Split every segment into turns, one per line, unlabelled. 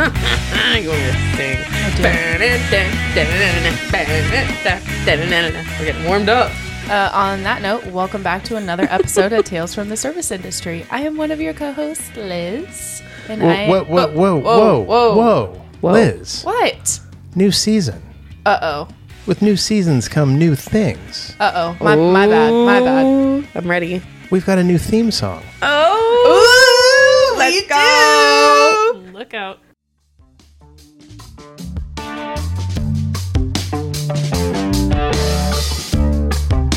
I'm going to sing. We're getting warmed up.
Uh, on that note, welcome back to another episode of Tales from the Service Industry. I am one of your co-hosts, Liz, and I.
Whoa, whoa, Oh, whoa,
whoa,
whoa,
whoa.
whoa, whoa, Liz,
What?
new season.
Uh oh.
With new seasons come new things.
Uh oh. My, my bad. My bad.
I'm ready.
We've got a new theme song.
Oh, let's go.
Look out.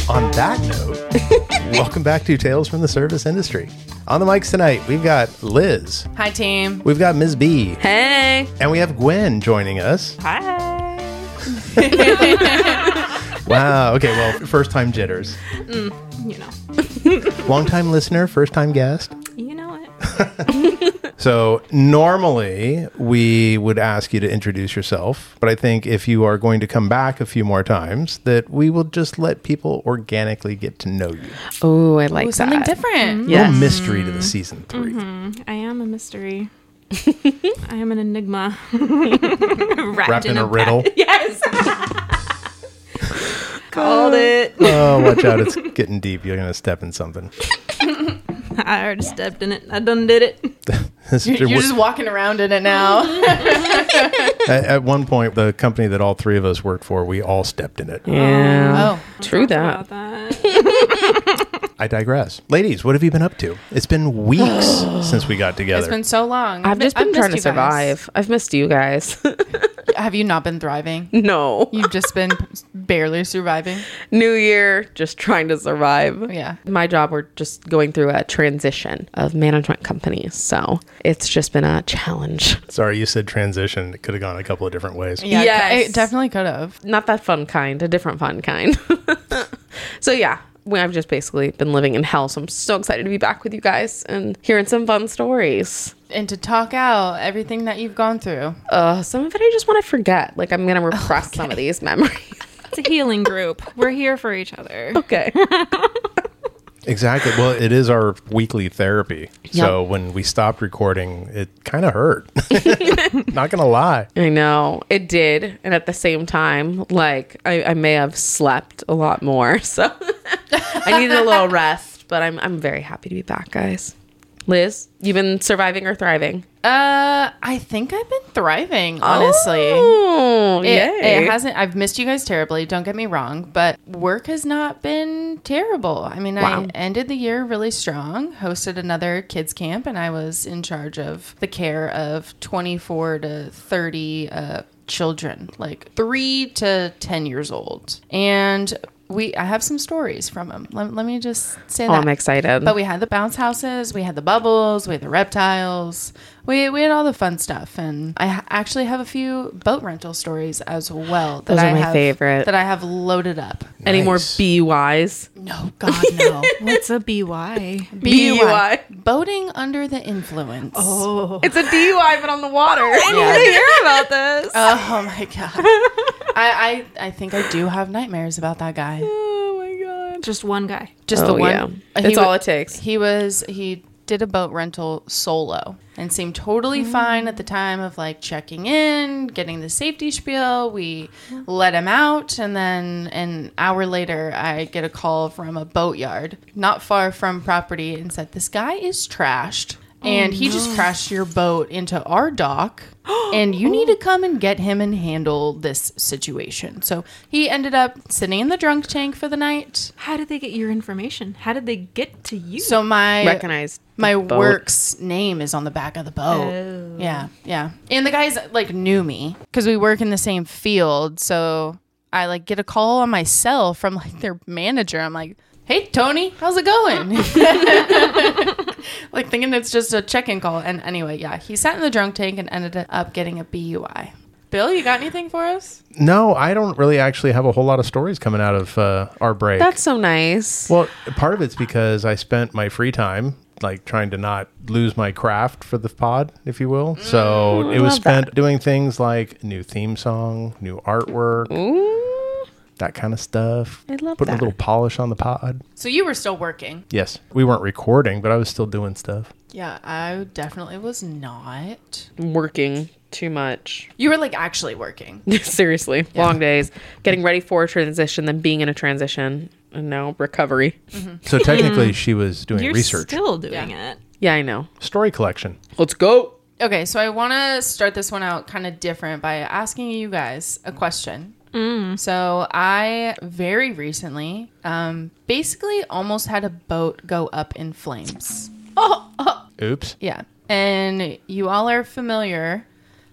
On that note, welcome back to Tales from the Service Industry. On the mics tonight, we've got Liz,
Hi, team.
we've got Ms. B,
Hey.
and we have Gwen joining us.
Hi.
Wow. Okay. Well, first time jitters.
Mm, You know.
Long time listener, first time guest.
You know what?
So, normally we would ask you to introduce yourself, but I think if you are going to come back a few more times, that we will just let people organically get to know you.
Oh, I like
Ooh, something different.
A
Yes.
little mystery
Mm-hmm.
to the season 3
I am a mystery. I am an enigma. Wrapped,
Wrapped in a riddle.
Yes.
Called it.
Oh, watch out. It's getting deep. You're going to step in something.
I already stepped in it. I done did it.
This-
You're, you're just walking around in it now.
at, at one point, the company that all three of us worked for, we all stepped in it.
Yeah.
oh,
True that.
About that.
I digress. Ladies, what have you been up to? It's been weeks since we got together.
it's been so long.
I've just
I've
been
missed
trying to
you guys.
survive. I've missed you guys.
Have you not been thriving?
no.
You've just been barely surviving.
New year, just trying to survive.
Yeah.
My job, we're just going through a transition of management companies. So it's just been a challenge.
Sorry, you said transition. It could have gone a couple of different ways.
Yeah,
Yes.
it definitely could have.
Not that fun kind, a different fun kind. so yeah, we- I've just basically been living in hell. So I'm so excited to be back with you guys and hearing some fun stories.
and to talk out everything that you've gone through.
Uh, some of it I just want to forget. Like I'm going
Oh,
to repress some of these memories.
It's a healing group. We're here for each other.
okay.
Exactly. Well, it is our weekly therapy. So when we stopped recording, it kind of hurt. Not going to lie.
I know it did, and at the same time, like I, I may have slept a lot more, so I needed a little rest. But I'm I'm very happy to be back, guys. Liz, you've been surviving or thriving?
Uh, I think I've been thriving, honestly.
oh,
It,
yay.
it hasn't. I've missed you guys terribly. Don't get me wrong, but work has not been terrible. I mean,
Wow.
I ended the year really strong. Hosted another kids camp, and I was in charge of the care of twenty four to thirty uh, children, like three to ten years old, and. We, I have some stories from them. Let, let me just say
Oh,
that.
I'm excited.
But we had the bounce houses, we had the bubbles, we had the reptiles, we, we had all the fun stuff. And I ha- actually have a few boat rental stories as well. That
Those are
I
my
have,
favorite.
That I have loaded up.
Any more
Nice.
BUIs?
No, God, no.
What's a BY?
BUI.
Boating under the influence. Oh,
It's a DUI, but on the water. I
need
to hear about this.
Uh,
Oh, my God. I, I, I think I do have nightmares about that guy.
oh my god.
Just one guy.
Just the
Oh,
one.
yeah.
He
That's
wa-
all it takes.
He was he did a boat rental solo and seemed totally
Mm.
fine at the time of like checking in, getting the safety spiel. We let him out, and then an hour later, I get a call from a boatyard not far from property and said, "This guy is trashed."
Oh,
And he just crashed your boat into our dock,
Oh.
and you need to come and get him and handle this situation. So he ended up sitting in the drunk tank for the night.
How did they get your information? How did they get to you?
So my
Recognized.
my
boat.
work's name is on the back of the boat. Yeah, yeah. And the guys like knew me because we work in the same field. So I like get a call on my cell from like their manager. I'm like, "Hey, Tony, how's it going?" like thinking it's just a check-in call. And anyway, yeah, he sat in the drunk tank and ended up getting a BUI. Bill, you got anything for us?
No, I don't really actually have a whole lot of stories coming out of uh, our break.
That's so nice.
well, part of it's because I spent my free time like trying to not lose my craft for the pod, if you will. So it
Mm, love
was
that.
spent doing things like new theme song, new artwork, that kind of stuff.
I love
Putting
that.
a little polish on the pod.
So you were still working.
Yes, we weren't recording, but I was still doing stuff.
Yeah, I definitely was not.
working too much.
You were like actually working.
Seriously, long days, getting ready for a transition, then being in a transition, and now recovery.
So technically, she was doing
You're
research,
still doing it.
Yeah, I know.
story collection.
Let's go.
Okay, so I want to start this one out kind of different by asking you guys a question. So I very recently, um, basically, almost had a boat go up in flames.
Oops.
Yeah. And you all are familiar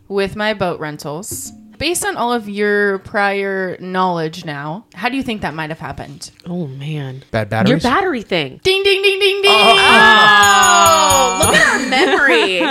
with my boat rentals. Based on all of your prior knowledge now, how do you think that might have happened?
Oh man, your
Bad batteries.
battery thing.
Ding, ding, ding, ding, ding.
Look at our memory.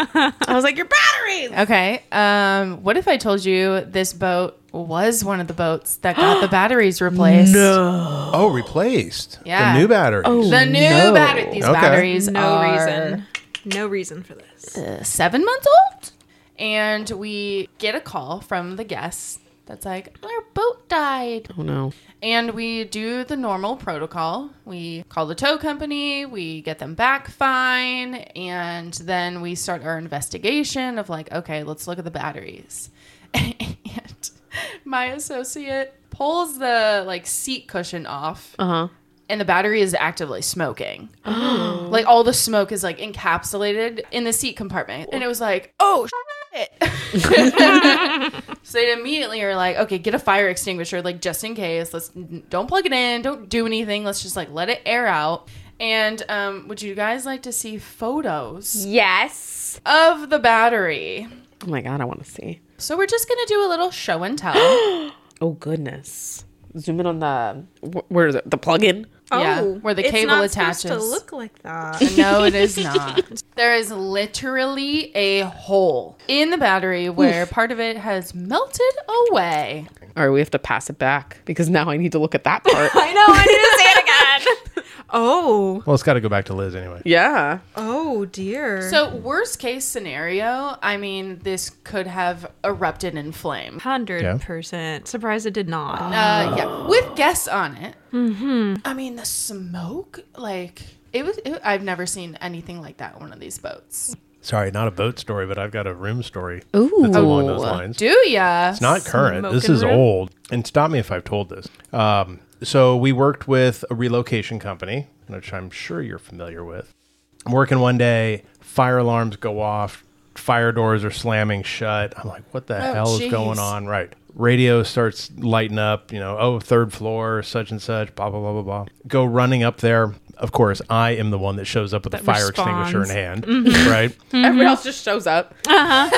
I was like, your batteries.
Okay. Um, what if I told you this boat was one of the boats that got the batteries replaced?
oh, replaced.
Yeah.
The new batteries. Oh.
The new
No.
battery. These
Okay.
batteries
No
are
reason. No reason for this.
seven months old. And we get a call from the guest that's like, our boat died.
Oh no.
And we do the normal protocol. We call the tow company, we get them back fine, and then we start our investigation of like, okay, let's look at the batteries. and my associate pulls the like seat cushion off
Uh huh.
and the battery is actively smoking. like all the smoke is like encapsulated in the seat compartment. And it was like, oh shit. so they immediately are like, okay, get a fire extinguisher, like just in case. Let's don't plug it in, don't do anything. Let's just like let it air out. And um, would you guys like to see photos
Yes.
of the battery?
Oh my god, I want to see.
So we're just gonna do a little show and tell.
Oh goodness. Zoom in on the wh- where is it? The plug-in.
Yeah, where the cable
Oh, supposed to
attaches.
look like that.
No, it is not. There is literally a hole in the battery where part of it has melted away.
All right, we have to pass it back because now I need to look at that part.
I know. I need to say it again. oh,
Well, it's got to go back to Liz anyway.
yeah.
oh dear.
So, worst case scenario, I mean, this could have erupted in flame.
hundred
Yeah.
percent surprised it did not.
Uh, yeah, with guests on it. I mean, the smoke, like it was. It, I've never seen anything like that on one of these boats.
Sorry, not a boat story, but I've got a room story
Ooh.
that's along those lines.
Do ya?
It's not current. this
Smoking
is
room?
old. And stop me if I've told this. Um, so we worked with a relocation company, which I'm sure you're familiar with. I'm working one day, fire alarms go off, fire doors are slamming shut. I'm like, what the
Oh,
hell is
jeez.
going on? Right. Radio starts lighting up, you know, oh, third floor, such and such, blah, blah, blah, blah, blah. Go running up there. Of course, I am the one that shows up with a fire extinguisher in hand,
Mm-hmm.
right?
Everyone else just shows up.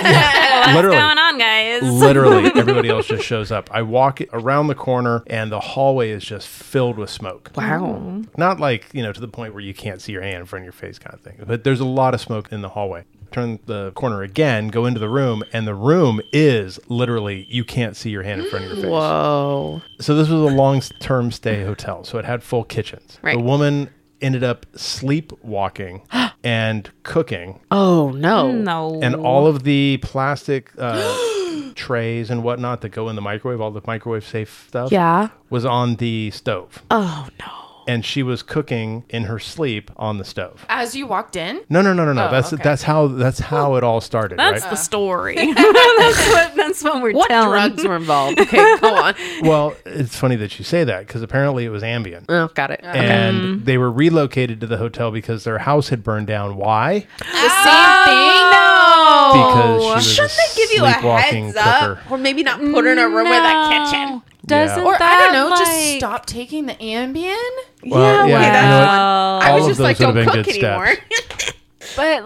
Literally.
What's going on, guys?
Literally, everybody else just shows up. I walk around the corner, and the hallway is just filled with smoke.
Wow.
Not like, you know, to the point where you can't see your hand in front of your face kind of thing, but there's a lot of smoke in the hallway. Turn the corner again, go into the room, and the room is literally, you can't see your hand in front of your face.
Whoa.
So this was a long-term stay hotel, so it had full kitchens.
Right.
The woman ended up sleepwalking and cooking
Oh no.
No.
Oh.
and all of the plastic uh, trays and whatnot that go in the microwave, all the microwave safe stuff,
Yeah.
was on the stove,
Oh no.
and she was cooking in her sleep on the stove.
As you walked in,
No, no, no, no, no.
Oh,
that's
okay.
that's how that's how it all started,
that's
right?
the story. Uh. that's what that's what we're
What
telling.
drugs were involved? Okay, go on.
well, it's funny that you say that because apparently it was Ambien.
Oh, got it.
And
Mm.
they were relocated to the hotel because their house had burned down. Why?
the same thing. Oh.
Because
Oh,
she was a sleepwalking cooker.
Or maybe not put her in a room with a kitchen.
Doesn't
Yeah.
Or I
that
don't know, just
like-
stop taking the Ambien.
Well,
wait,
you know what?
Wow.
I
All
was
of
just
those
like,
would have
don't
been
cook
good
anymore.
steps.
But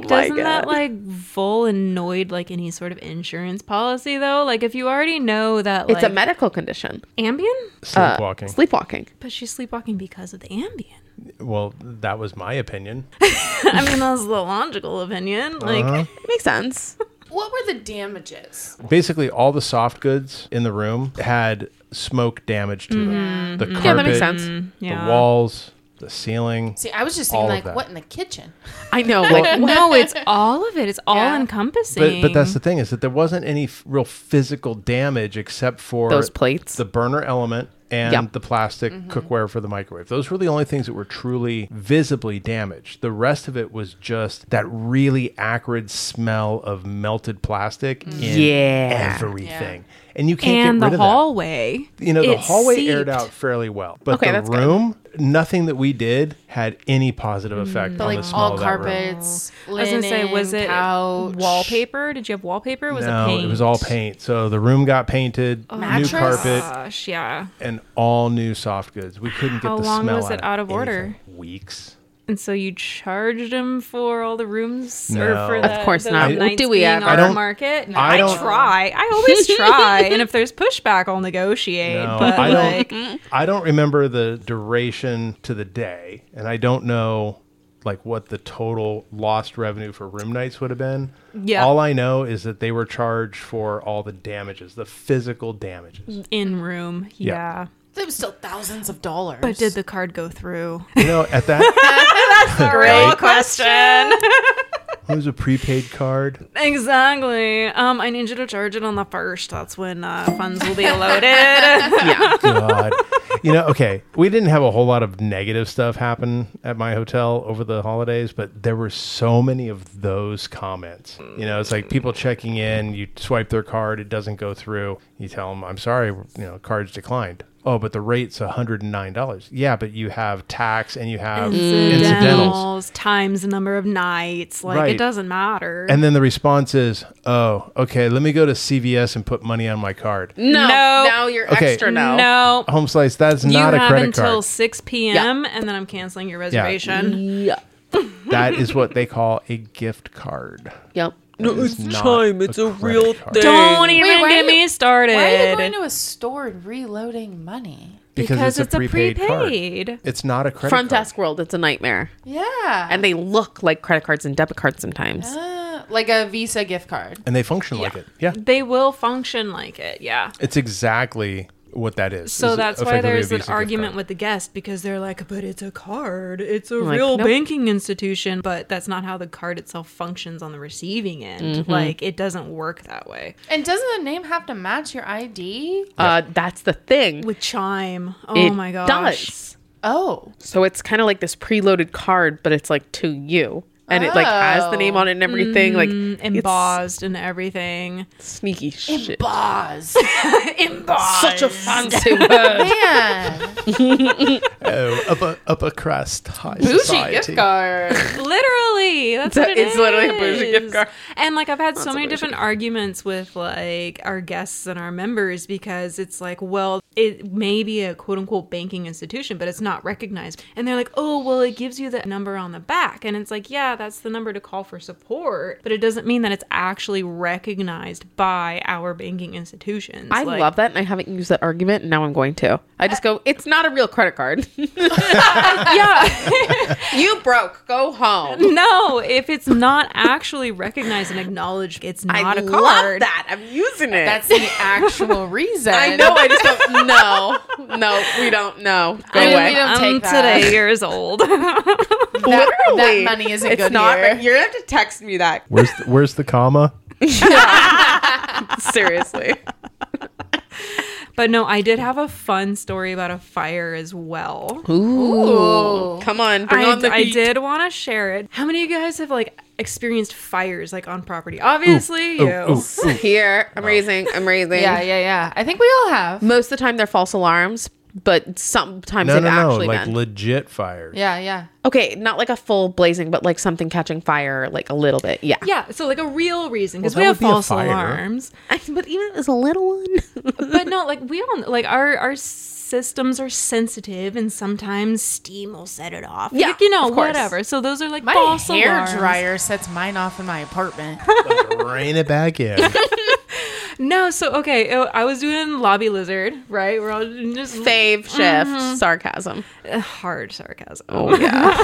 Oh my
doesn't that
God.
like vul annoyed like any sort of insurance policy though? Like, if you already know that, like,
it's a medical condition.
Ambien,
Uh,
Sleepwalking.
Sleepwalking.
but she's sleepwalking because of the Ambien.
well, that was my opinion.
I mean, that's the logical opinion. Like,
Uh-huh.
Makes sense.
What were the damages?
basically all the soft goods in the room had smoke damage to them. The carpet,
Mm-hmm. Yeah, that makes sense.
Mm-hmm. mm, yeah.
the walls, the ceiling.
See, I was just
All
thinking, like,
of that.
what in the kitchen?
I know. Like,
no, it's all of it. It's all
Yeah.
encompassing.
But, but that's the thing is that there wasn't any f- real physical damage except for
Those plates.
the burner element and
Yep. Mm-hmm.
the plastic cookware for the microwave. Those were the only things that were truly visibly damaged. The rest of it was just that really acrid smell of melted plastic in
Yeah.
everything. And you can't
And
get
the
rid of that
hallway.
you know the
it
hallway aired
seeped.
out fairly well but
Okay,
the
that's good.
room nothing that we did had any positive
Mm.
effect
But
on
like
the smell
all
of that room
carpets,
I was gonna say, was it
couch,
wallpaper? Did you have wallpaper? Was
no
it paint?
it was all paint so the room got painted new
Mattress?
carpet
Gosh, yeah.
and all new soft goods we couldn't get
How
the
long
smell
was it out of order?
anything. weeks
And so you charged him for all the rooms,
No.
or for
Of
the,
course
the
not. What
nights
do we
being
ever?
on
I don't-
the market. No,
I
I,
don't-
try. I always try. and if there's pushback, I'll negotiate.
No,
but
I
like, mm.
don't. I don't remember the duration to the day, and I don't know like what the total lost revenue for room nights would have been.
Yeah.
All I know is that they were charged for all the damages, the physical damages.
in room, yeah.
It was still thousands of dollars.
But did the card go through?
You know, at that
Great question.
it was a prepaid card.
exactly. Um, I need you to charge it on the first. That's when uh, funds will be loaded.
God. You know, okay, we didn't have a whole lot of negative stuff happen at my hotel over the holidays, but there were so many of those comments. You know, it's like people checking in, you swipe their card, it doesn't go through. You tell them, I'm sorry, you know, card's declined. Oh, but the rate's $109. Yeah, but you have tax and you have
Mm.
incidentals.
Incidentals times the number of nights. Like
Right.
it doesn't matter.
And then the response is, oh, okay, let me go to CVS and put money on my card.
Mm.
No,
No.
now you're
Okay.
extra no.
no.
Home slice, that's
You
not a
have
credit
until
card.
6 p.m. and then I'm canceling your reservation.
Yeah.
that is what they call a gift card.
Yep.
No, it's is not time. a It's a credit real card. thing.
Don't even
why
get
are
me
you-
started.
Why are you going to a store and reloading money?
because it's a
card.
prepaid.
It's not a credit
Front
card.
desk world, it's a nightmare.
Yeah.
And they look like credit cards and debit cards sometimes.
Ah, like a Visa gift card.
and they function like it. Yeah,
they will function like it, yeah.
it's exactly what that is.
So
It's
that's
effectively
why
a
there's an
Visa gift
argument
card.
with the guest because they're like, but it's a card. It's a
like,
real
"Nope."
banking institution. But that's not how the card itself functions on the receiving end.
Mm-hmm.
Like, it doesn't work that way.
And doesn't the name have to match your ID?
Uh, that's the thing.
With Chime. Oh
It
my gosh.
does.
Oh.
So it's kind of like this preloaded card, but it's like to you. And it like has the name on it and everything.
Mm,
like it's
Embossed and everything.
sneaky shit.
Boz.
Embossed.
Such a fancy word.
Man.
oh, upper upper crust high
Bougie
society.
gift card.
literally that's
That
what it
is literally a bougie gift
is.
card.
and like i've had so many different arguments with like our guests and our members because it's like well it may be a quote-unquote banking institution but it's not recognized and they're like oh well it gives you the number on the back and it's like yeah that's the number to call for support but it doesn't mean that it's actually recognized by our banking institutions
I
Like,
love that, and I haven't used that argument, and now I'm going to. I just go, it's not a real credit card.
yeah
you broke. Go home.
no if it's not actually recognized and acknowledged it's not
I
a card
love that. I'm using it.
That's the actual reason.
I know. I just don't know. No, we don't know. Go
I mean,
away.
we don't
I'm
take that.
today years old.
That,
Literally.
that money isn't
it's
good
not.
here.
You're gonna have to text me that
Where's the, where's the comma?
seriously.
but no, I did have a fun story about a fire as well.
Ooh. Come on, bring
I,
on the
I
heat.
did want to share it. How many of you guys have like experienced fires like on property? Obviously,
Ooh,
you.
ooh, ooh.
Here, I'm raising.
Oh.
I'm raising.
Yeah, yeah, yeah. I think we all have.
Most of the time, they're false alarms, but sometimes
No,
they've
no, no!
actually
Like
been.
legit fire.
Yeah, yeah.
okay, not like a full blazing, but like something catching fire, like a little bit. Yeah.
Yeah, so like a real reason because
Well,
we
that
have
would be a
false
fire.
alarms.
But even if it was a little one.
but no, like we all like our our systems are sensitive, and sometimes steam will set it off.
Yeah,
Like, you know,
of course.
whatever. So those are like
My
false
hair
alarms.
dryer sets mine off in my apartment.
Rain it back in.
No, so okay, uh, I was doing lobby lizard, right? We're all just
Fave shift sarcasm.
Uh, hard sarcasm.
Oh yeah.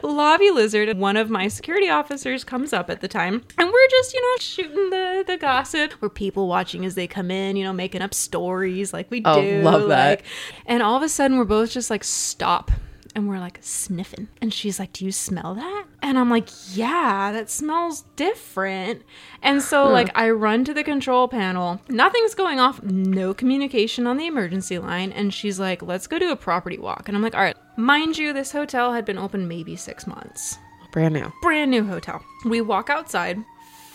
Lobby lizard. One of my security officers comes up at the time, and we're just you know shooting the the gossip. We're people watching as they come in, you know, making up stories like we
Oh,
do.
love that.
like- and all of a sudden, we're both just like stop. and we're like sniffing. And she's like, Do you smell that? And I'm like, Yeah, that smells different. And so, like, I run to the control panel. Nothing's going off, no communication on the emergency line. And she's like, Let's go do a property walk. And I'm like, All right, mind you, this hotel had been open maybe six months
Brand new.
brand new hotel. We walk outside.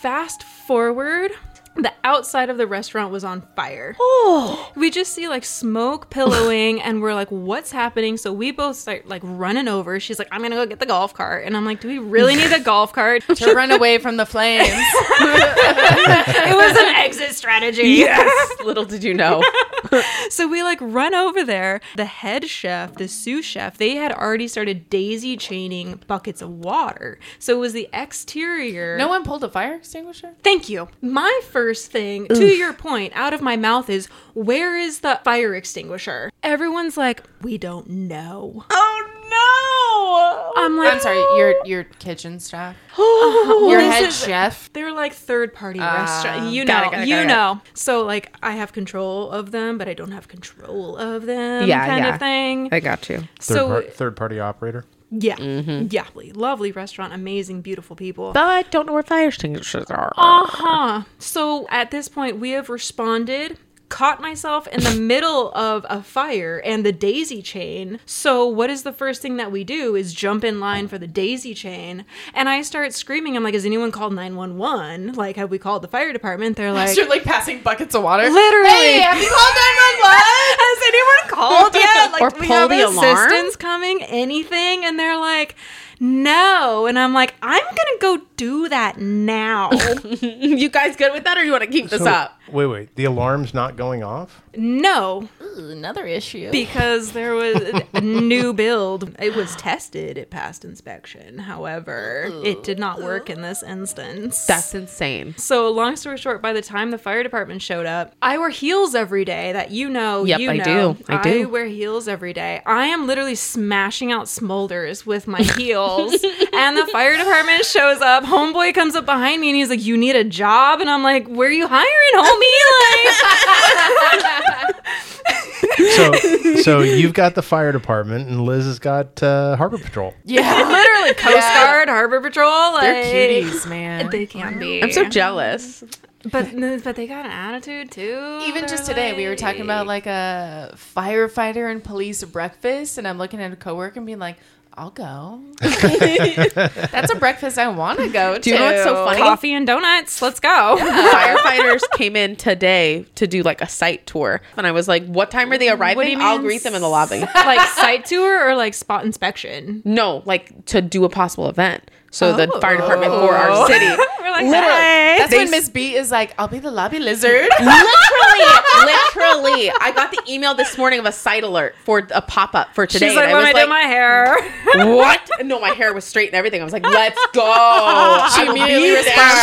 Fast forward, the outside of the restaurant was on fire.
Oh,
We just see like smoke pillowing, and we're like, "What's happening?" So we both start like running over. She's like, "I'm gonna go get the golf cart," and I'm like, "Do we really need a golf cart?" it
to run away from the flames.
was an exit strategy.
yes. Little did you know.
So we like run over there. The head chef, the sous chef, they had already started daisy chaining buckets of water. So it was the exterior.
No one pulled a fire extinguisher.
Thank you. My first thing, to your point, out of my mouth is where is the fire extinguisher? Everyone's like, we don't know.
Oh
I'm like,
I'm sorry, your your kitchen staff,
oh,
your
this
head
is-
chef.
They're like third party restaurant. You know,
Ah, got it, got it,
you
got it.
know. So like, I have control of them, but I don't have control of them.
Yeah,
kind
yeah.
of thing.
I got you.
Third,
so
par- third party operator.
yeah,
Mm-hmm.
yeah, lovely restaurant, amazing, beautiful people.
But don't know where fire extinguishers are.
Uh huh. So at this point, we have responded, caught myself in the middle of a fire and the daisy chain. So, what is the first thing that we do is jump in line for the daisy chain. And I start screaming, I'm like, has anyone called 911? Like, have we called the fire department? They're like,
You're like passing buckets of water.
Literally.
Hey, have you called 911?
Has anyone called yet? Like,
Or
do we
pull
have
the alarm?
assistance coming? Anything? And they're like, no. And I'm like, I'm gonna go do that now.
you guys good with that, or you want to keep this
So-
up?
Wait, wait. The alarm's not going off?
no,
Ooh, another issue.
because there was a new build. It was tested, it passed inspection. However, it did not work in this instance.
That's insane.
so long story short, by the time the fire department showed up, I wear heels every day. That you know,
Yep,
you
I
know.
do. I do.
wear heels every day. I am literally smashing out smolders with my heels, and the fire department shows up. Homeboy comes up behind me and he's like, "You need a job?" And I'm like, "Where are you hiring, homie?" Like,
So, so you've got the fire department and Liz has got uh, harbor patrol.
yeah,
literally Coast Guard, Harbor Patrol. Like,
they're cuties, man.
They can be.
I'm so jealous.
But no, but they got an attitude too.
Even
They're
just today, we were talking about like a firefighter and police breakfast, and I'm looking at a coworker and being like, "I'll go." That's a breakfast I want to go to.
Do you know what's so funny? Uh,
coffee and donuts. Let's go.
Firefighters came in today to do like a site tour, and I was like, "What time are they arriving?
What do you
I'll
mean?
greet them in the lobby."
like site tour or like spot inspection.
No, like to do a possible event. So the
Oh.
fire department for our city.
We're like,
Literally.
"Hey."
That's
They
when Miss B is like, "I'll be the lobby lizard."
literally, literally, I got the email this morning of a site alert for a pop up for today.
She's like,
and
when I,
I
did my hair.
what? No, my hair was straight and everything. I was like, let's go.
She
I will
immediately
be
responds.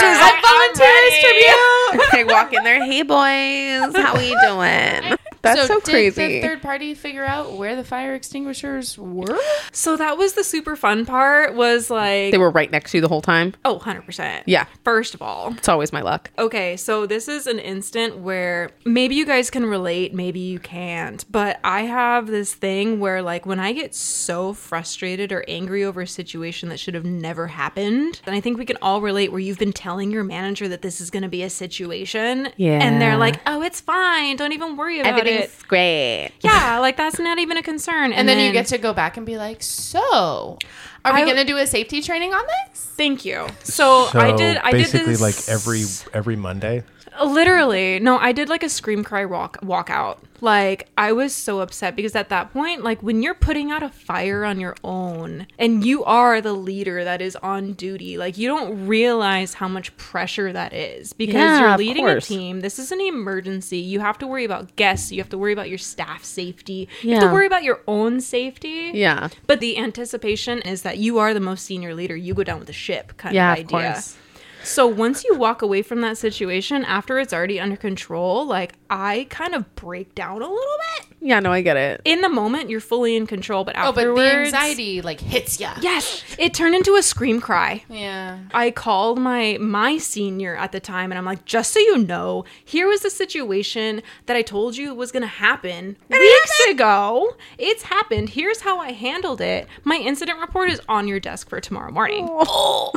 there. I
She's like, "Volunteers tribute."
walk in there. Hey, boys, how we doing? That's so, crazy.
Did the third party figure out where the fire extinguishers were?
so that was the super fun part. Was like
they were right next to you the whole time.
oh 100 percent.
Yeah.
First of all,
It's always my luck.
Okay, so this is an instant where maybe you guys can relate, maybe you can't, but I have this thing where, like, when I get so frustrated or angry over a situation that should have never happened, and I think we can all relate where you've been telling your manager that this is going to be a situation, and
Yeah.
they're like, oh, it's fine, don't even worry about it.
Everything's great.
Yeah, like, that's not even a concern.
And then, you get to go back and be like, "So, are we
I-
going to do a safety training on this?"
Thank you. So, I did. I did
basically
this
like every every Monday.
Literally, no. I did like a scream cry walk walk out. Like I was so upset because at that point, like when you're putting out a fire on your own and you are the leader that is on duty, like you don't realize how much pressure that is because
Yeah,
you're
of
leading a
course.
team. This is an emergency. You have to worry about guests. You have to worry about your staff safety. You have
Yeah.
to worry about your own safety.
Yeah.
But the anticipation is that you are the most senior leader. You go down with the ship kind
Yeah,
of
of
idea.
course.
So once you walk away from that situation after it's already under control, like I kind of break down a little bit.
Yeah, no, I get it.
In the moment, you're fully in control, but
Oh, but
afterwards,
the anxiety like hits ya.
Yes, it turned into a scream cry.
Yeah.
I called my my senior at the time and I'm like, just so you know, here was the situation that I told you was gonna happen weeks ago. It's happened. Here's how I handled it. My incident report is on your desk for tomorrow morning.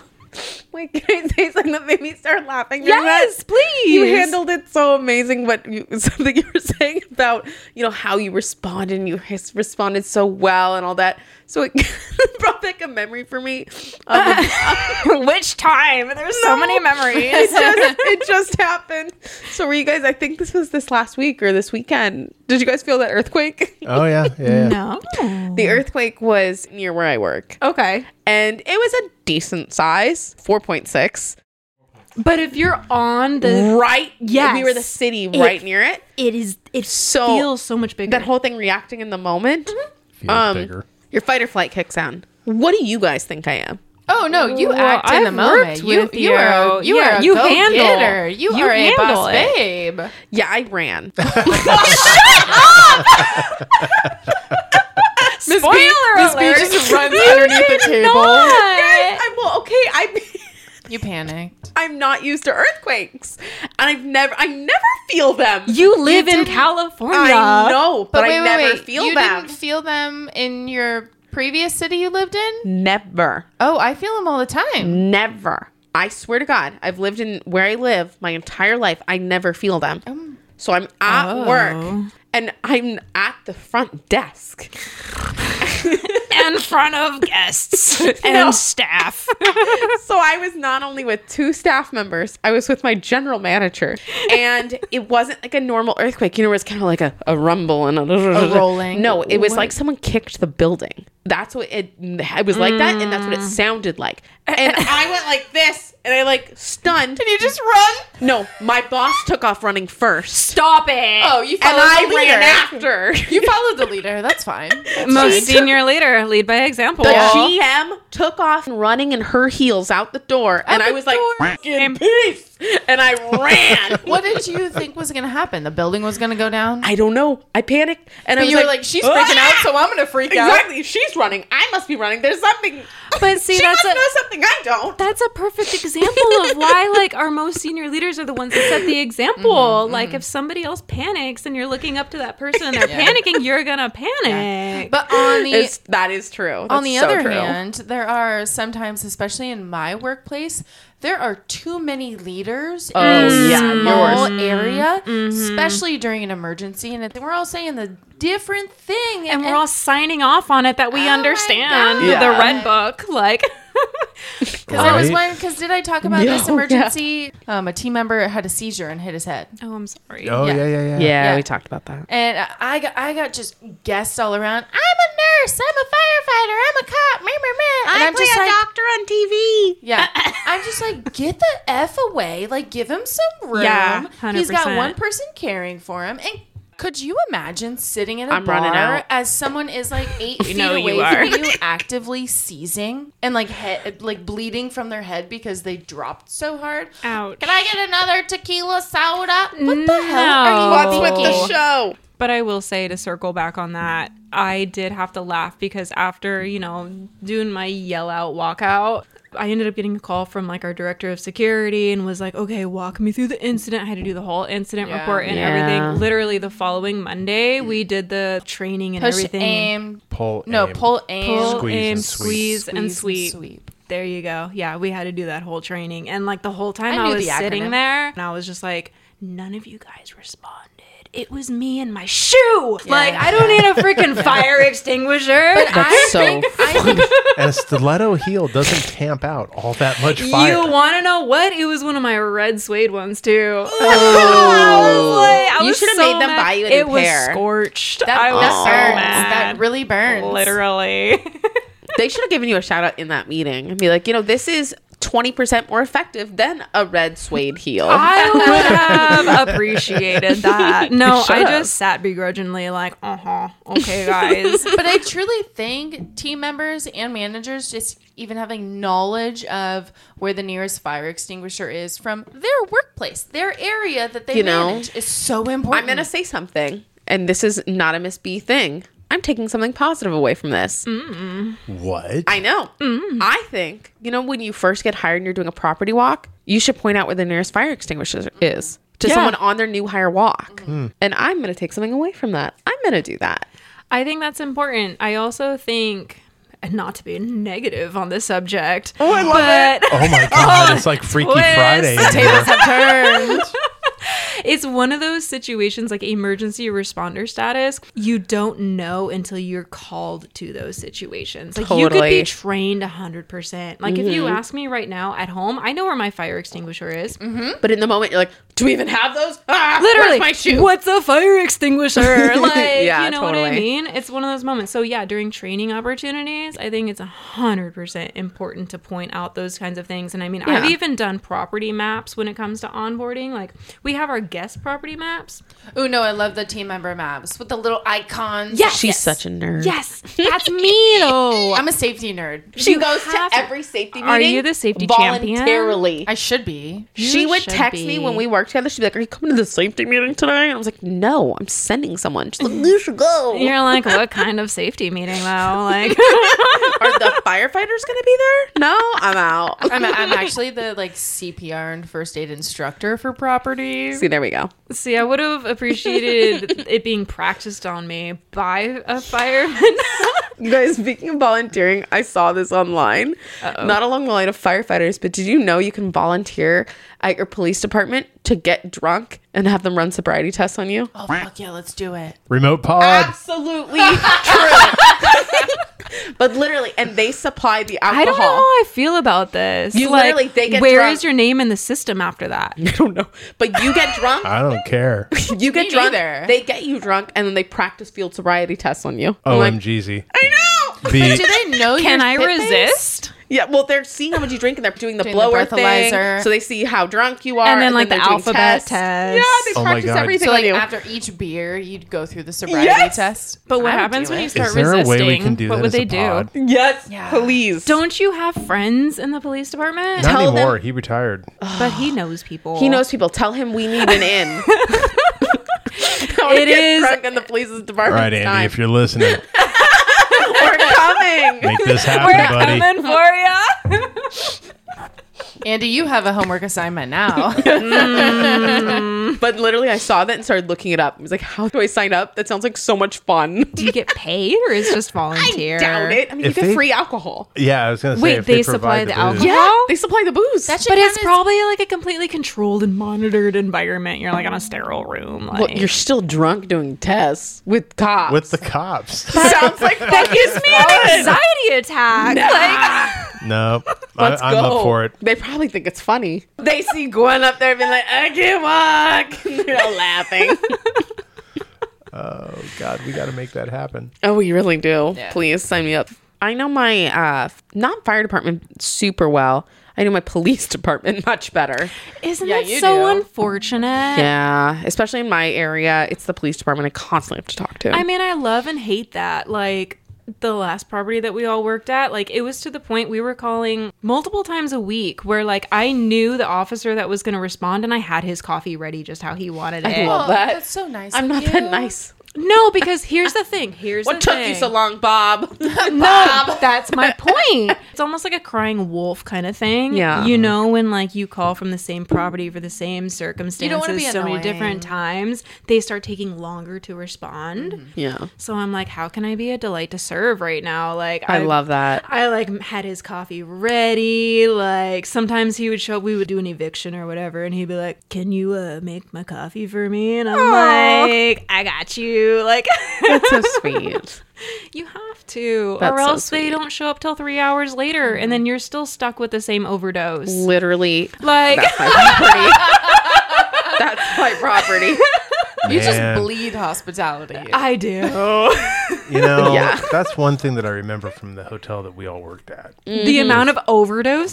Wait, can I say something that made me start laughing? during that?
yes, please.
You handled it so amazing. What you, something you were saying about you know how you responded, and you his, responded so well, and all that. So it brought back a memory for me. Of a
Which time? There's so many memories.
it just it just happened. So were you guys? I think this was this last week or this weekend. Did you guys feel that earthquake?
Oh yeah, yeah. yeah.
no.
the earthquake was near where I work,
Okay.
and it was a decent size, four point six.
But if you're on the
Right, yeah, we were the
Yes.
city right near it.
it is it
So
feels so much bigger.
that whole thing reacting in the moment.
Feels
Um,
bigger.
Your fight or flight kicks on. What do you guys think I am?
Oh no, you
Well,
act in the
I've worked
moment. You
with
you
you.
are you
Yeah,
are a
you
go
handle-
getter. You,
you
are a
handle
boss
it.
babe.
Yeah, I ran.
spoiler
This
alert.
bee just runs underneath the table.
Not.
I'm well, okay. I'm
You panicked.
I'm not used to earthquakes, and I've never I never feel them.
You live in
didn't-
California.
I know, but,
wait,
I
wait,
never
wait.
feel
you
them.
didn't feel them in your previous city you lived in?
Never,
Oh, I feel them all the time.
never. I swear to God, I've lived in where I live my entire life. I never feel them. So I'm at work, and I'm at the front desk.
in front of guests and staff.
so I was not only with two staff members, I was with my general manager. And it wasn't like a normal earthquake. You know, where it's kind of like a, a rumble and a,
rolling.
No, it was like someone kicked the building. That's what it, it was like that. And that's what it
Mm.
sounded like. And I went like this and I like stunned.
You just run.
No, my boss took off running first.
Stop it.
Oh, you
And
followed
I
the leader.
ran after.
You followed the leader. That's fine.
Most senior leader, lead by example.
The
Yeah.
GM took off running in her heels out the door. and I
the
was like,
door.
in peace. And I ran.
What did you think was going to happen? The building was going to go down?
I don't know. I panicked, and I
but
was "Ah!"
you were like, she's freaking out, so I'm going to freak out.
Exactly. She's running. I must be running. There's something.
But see,
she
that's
must
a-
know something I don't.
That's a perfect example of why, like, our most senior leaders are the ones that set the example.
Mm-hmm,
like, if somebody else panics and you're looking up to that person and they're
Yeah.
panicking, you're gonna panic.
But on the
It's, that is true.
on the
That's so
other
true.
hand, there are sometimes, especially in my workplace, there are too many leaders
Oh,
in a
yeah,
small
yours.
area,
Mm-hmm.
especially during an emergency, and it- we're all saying the different thing,
and we're all signing off on it that we
Oh my
understand
God.
the
Yeah.
red book. Like,
because there was
Right.
one. Because did I talk about
Yeah.
this emergency? Um, a team member had a seizure and hit his head.
oh, I'm sorry.
Oh yeah, yeah, yeah.
yeah,
Yeah.
we talked about that.
And I got, I got just guessed all around. I'm a nurse. I'm a firefighter. I'm a cop. Meh, meh, meh. And I'm just like,
doctor on TV.
Yeah. I'm just like, get the F away. Like, give him some room.
Yeah,
He's got
100%.
one person caring for him. And could you imagine sitting in a
I'm
bar
running out.
as someone is like eight feet
know
away
you are.
from you, actively seizing and like head, like bleeding from their head because they dropped so hard?
Ouch.
Can I get another tequila soda? What the hell
No.
are
What's
you
with the
thinking?
show?
But I will say to circle back on that, I did have to laugh because after, you know, doing my yell out walkout, I ended up getting a call from like our director of security and was like, okay, walk me through the incident. I had to do the whole incident
Yeah. Mm.
report and
Yeah.
everything. Literally the following Monday, we did the training and
Push
everything.
aim.
Pull.
No,
aim.
pull aim.
Pull,
Squeeze
aim,
and
squeeze,
sweep.
and sweep.
sweep.
There you go. Yeah, we had to do that whole training. And like the whole
I
time
knew
I,
the
was
acronym.
sitting there and I was just like, none of you guys responded. It was me and my shoe. Like, I don't need a freaking fire extinguisher.
That's so.
I think
And a stiletto heel doesn't tamp out all that much fire.
You want to know what? It was one of my red suede ones too. Oh.
You should have made them buy you a
It
new
was
pair.
scorched.
that,
I was
that
so
burns.
mad.
That really burns.
literally.
they should have given you a shout out in that meeting and be like, you know, this is twenty percent more effective than a red suede heel.
I would have appreciated that. No, I just sat begrudgingly, like, uh huh, okay, guys.
but I truly think team members and managers just even having knowledge of where the nearest fire extinguisher is from their workplace, their area that they
You know,
manage is so
I'm
important.
gonna say something, and this is not a Miss B thing. I'm taking something positive away from this.
Mm.
What?
I know. I think, you know, when you first get hired and you're doing a property walk, you should point out where the nearest fire extinguisher is to
Yeah. Mm-hmm. Mm.
someone on their new hire walk. And I'm going to take something away from that. I'm going to do that.
I think that's important. I also think, and not to be negative on this subject, oh, I love but it.
Oh my god! It's like Freaky
twist.
Friday. in here.
Tables have turned.
it's one of those situations like emergency responder status. You don't know until you're called to those situations. Like you could
Totally.
be trained 100%. Like if you ask me right now at home, I know where my fire extinguisher is.
But in the moment, you're like, do we even have those? Ah,
Literally,
where's my shoe?
what's a fire extinguisher? Like,
Yeah,
you know what I
totally.
mean? It's one of those moments. So yeah, during training opportunities, I think it's a hundred percent important to point out those kinds of things. And I mean, I've
Yeah.
even done property maps when it comes to onboarding. Like, we have our guest property maps.
Oh no, I love the team member maps with the little icons.
Yes,
She's such a nerd.
Yes, that's me though.
I'm a safety nerd.
She
You
goes to
have-
every safety meeting.
Are you the safety champion?
voluntarily?
I should be.
she
You
would
should
text me
be.
when we worked together. She'd be like, "Are you coming to the safety meeting today?" And I was like, "No, I'm sending someone." She's like, "You should go."
And You're like, what kind of safety meeting though? Like,
Are the firefighters gonna be there? No, I'm out.
I'm, I'm actually the like CPR and first aid instructor for property.
See, there we go.
see, I would have appreciated it being practiced on me by a fireman.
You guys, speaking of volunteering, I saw this online. Not along the line of firefighters, but did you know you can volunteer at your police department to get drunk and have them run sobriety tests on you?
Oh fuck yeah, let's do it.
Remote pod.
Absolutely true. but literally, and they supply the alcohol.
I don't know how I feel about this.
Uh-huh. You
like,
literally- they get
where
drunk-
is your name in the system after that?
I don't know. But you get drunk.
I don't care.
You get
Me
drunk.
neither.
They get you drunk, and then they practice field sobriety tests on you. I'm like,
OMGZ.
I know.
Do
The
they know?
Can
you're
I
fit-based?
resist?
Yeah, well, they're seeing how much you drink, and they're doing the
Doing the
blower thing.
breathalyzer.
So they see how drunk you are,
And then, like, the
they're doing
alphabet
tests.
test.
Yeah, they
Oh my
practice
God.
everything
So
on
like
you.
after each beer, you'd go through the sobriety
Yes!
test.
But what
I would
happens
do
when
it.
you start
Is there a
resisting?
way we can do
what
that
would
as
they
a
do?
pod?
yes,
Yeah.
please
Don't you have friends in the police department?
Not
Tell them-
anymore. He retired.
but he knows people.
He knows people. Tell him we need an in. it
is-
drunk in the police's department.
Right, Andy, if you're listening,
you're coming.
make this
We're
happen, buddy.
coming for you.
Andy, you have a homework assignment now.
But literally, I saw that and started looking it up. I was like, "How do I sign up? That sounds like so much fun."
do you get paid or is just volunteer?
Doubt it. I mean,
If
you get
they-
free alcohol.
Yeah, I was gonna say.
Wait,
if
they,
provide
supply the, alcohol?
booze.
They supply the booze.
That should
But it's
count as-
probably like a completely controlled and monitored environment. You're like on a sterile room. Like,
Well, you're still drunk doing tests with cops.
with the cops.
sounds like that gives me
anxiety attack.
no, I,
Let's
I'm
go.
up for it.
They probably think it's funny. They see Gwen up there being like, I can't walk. And They're all laughing.
Oh God, we got to make that happen.
oh, we really do.
Yeah.
Please sign me up. I know my uh, not fire department super well. I know my police department much better.
Isn't
Yeah,
that
you
so
do.
unfortunate?
Yeah, especially in my area, it's the police department I constantly have to talk to.
I mean, I love and hate that. Like the last property that we all worked at, like it was to the point we were calling multiple times a week where like I knew the officer that was going to respond and I had his coffee ready just how he wanted it.
love-
Oh,
that.
That's so nice.
I'm
of
not
you.
that nice.
no, because here's the thing. Here's
What
the
took
thing.
you so long, Bob?
No, that's my point. It's almost like a crying wolf kind of thing.
Yeah.
You know, when like you call from the same property for the same
wanna
circumstances
be
so many different
annoying.
times, they start taking longer to respond.
yeah,
So I'm like, how can I be a delight to serve right now? Like,
I love that.
I like had his coffee ready. Like sometimes he would show up, we would do an eviction or whatever, and he'd be like, "Can you uh, make my coffee for me?" And I'm like, "I got you." Like,
That's so sweet.
you have to, Mm-hmm. or
That's so
else they don't show up till three hours later, and then you're still stuck with the same overdose.
Literally,
Like,
that's my property. that's my property.
You
Man.
just bleed hospitality.
I do.
You know,
Yeah.
that's one thing that I remember from the hotel that we all worked at.
Mm-hmm. the amount of overdoses.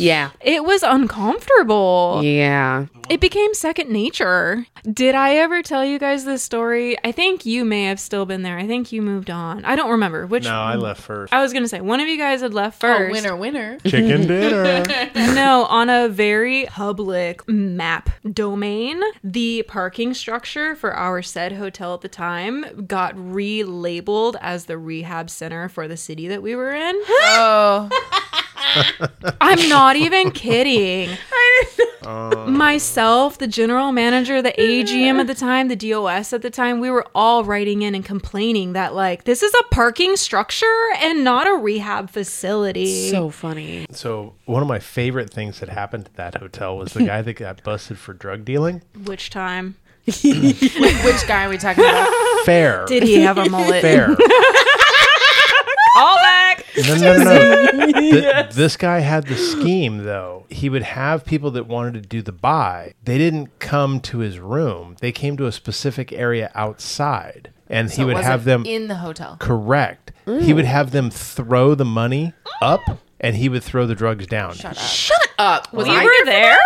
Yeah.
It was uncomfortable.
Yeah.
It became second nature. Did I ever tell you guys this story? I think you may have still been there. I think you moved on. I don't remember which.
No, I left first.
I was gonna say one of you guys had left
Oh,
first.
winner, winner.
Chicken dinner.
no, on a very public map domain, the parking structure for our said hotel at the time got relabeled as the rehab center for the city that we were in.
Oh,
I'm not even kidding. Myself, the general manager, the AGM at the time, the DOS at the time, we were all writing in and complaining that like this is a parking structure and not a rehab facility.
So funny.
So one of my favorite things that happened at that hotel was the guy that got busted for drug dealing.
Which time
which guy are we talking about?
Fair.
did he have a mullet?
Fair.
All back.
No, no, no, no. Th- This guy had the scheme, though. He would have people that wanted to do the buy. They didn't come to his room. They came to a specific area outside, and he
It
would
wasn't
have them
in the hotel.
correct. He would have them throw the money up, and he would throw the drugs down.
Shut up.
Up. Was
We
I
were there.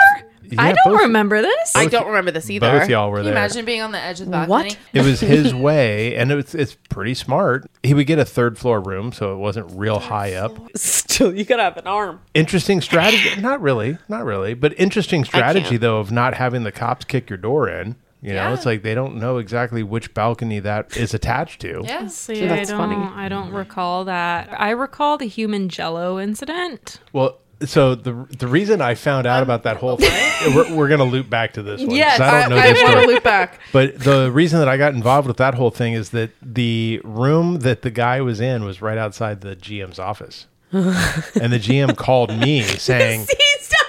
Yeah,
I don't
both-
remember this.
I don't remember this either.
Both y'all were
Can you
there.
imagine being on the edge of the balcony?
What?
It was his way, and it was, it's pretty smart. He would get a third floor room, so it wasn't real high up.
Still, you gotta have an arm.
Interesting strategy. not really, not really, but interesting strategy
can't.
though of not having the cops kick your door in. You know, it's like they don't know exactly which balcony that is attached to.
Yeah.
See,
That's
I don't,
funny.
I don't recall that. I recall the human jello incident.
Well, so the the reason I found out about that whole thing, we're, we're gonna loop back to this one. 'cause I don't know this
wanna
story.
loop back.
But the reason that I got involved with that whole thing is that the room that the guy was in was right outside the GM's office. and the GM called me saying,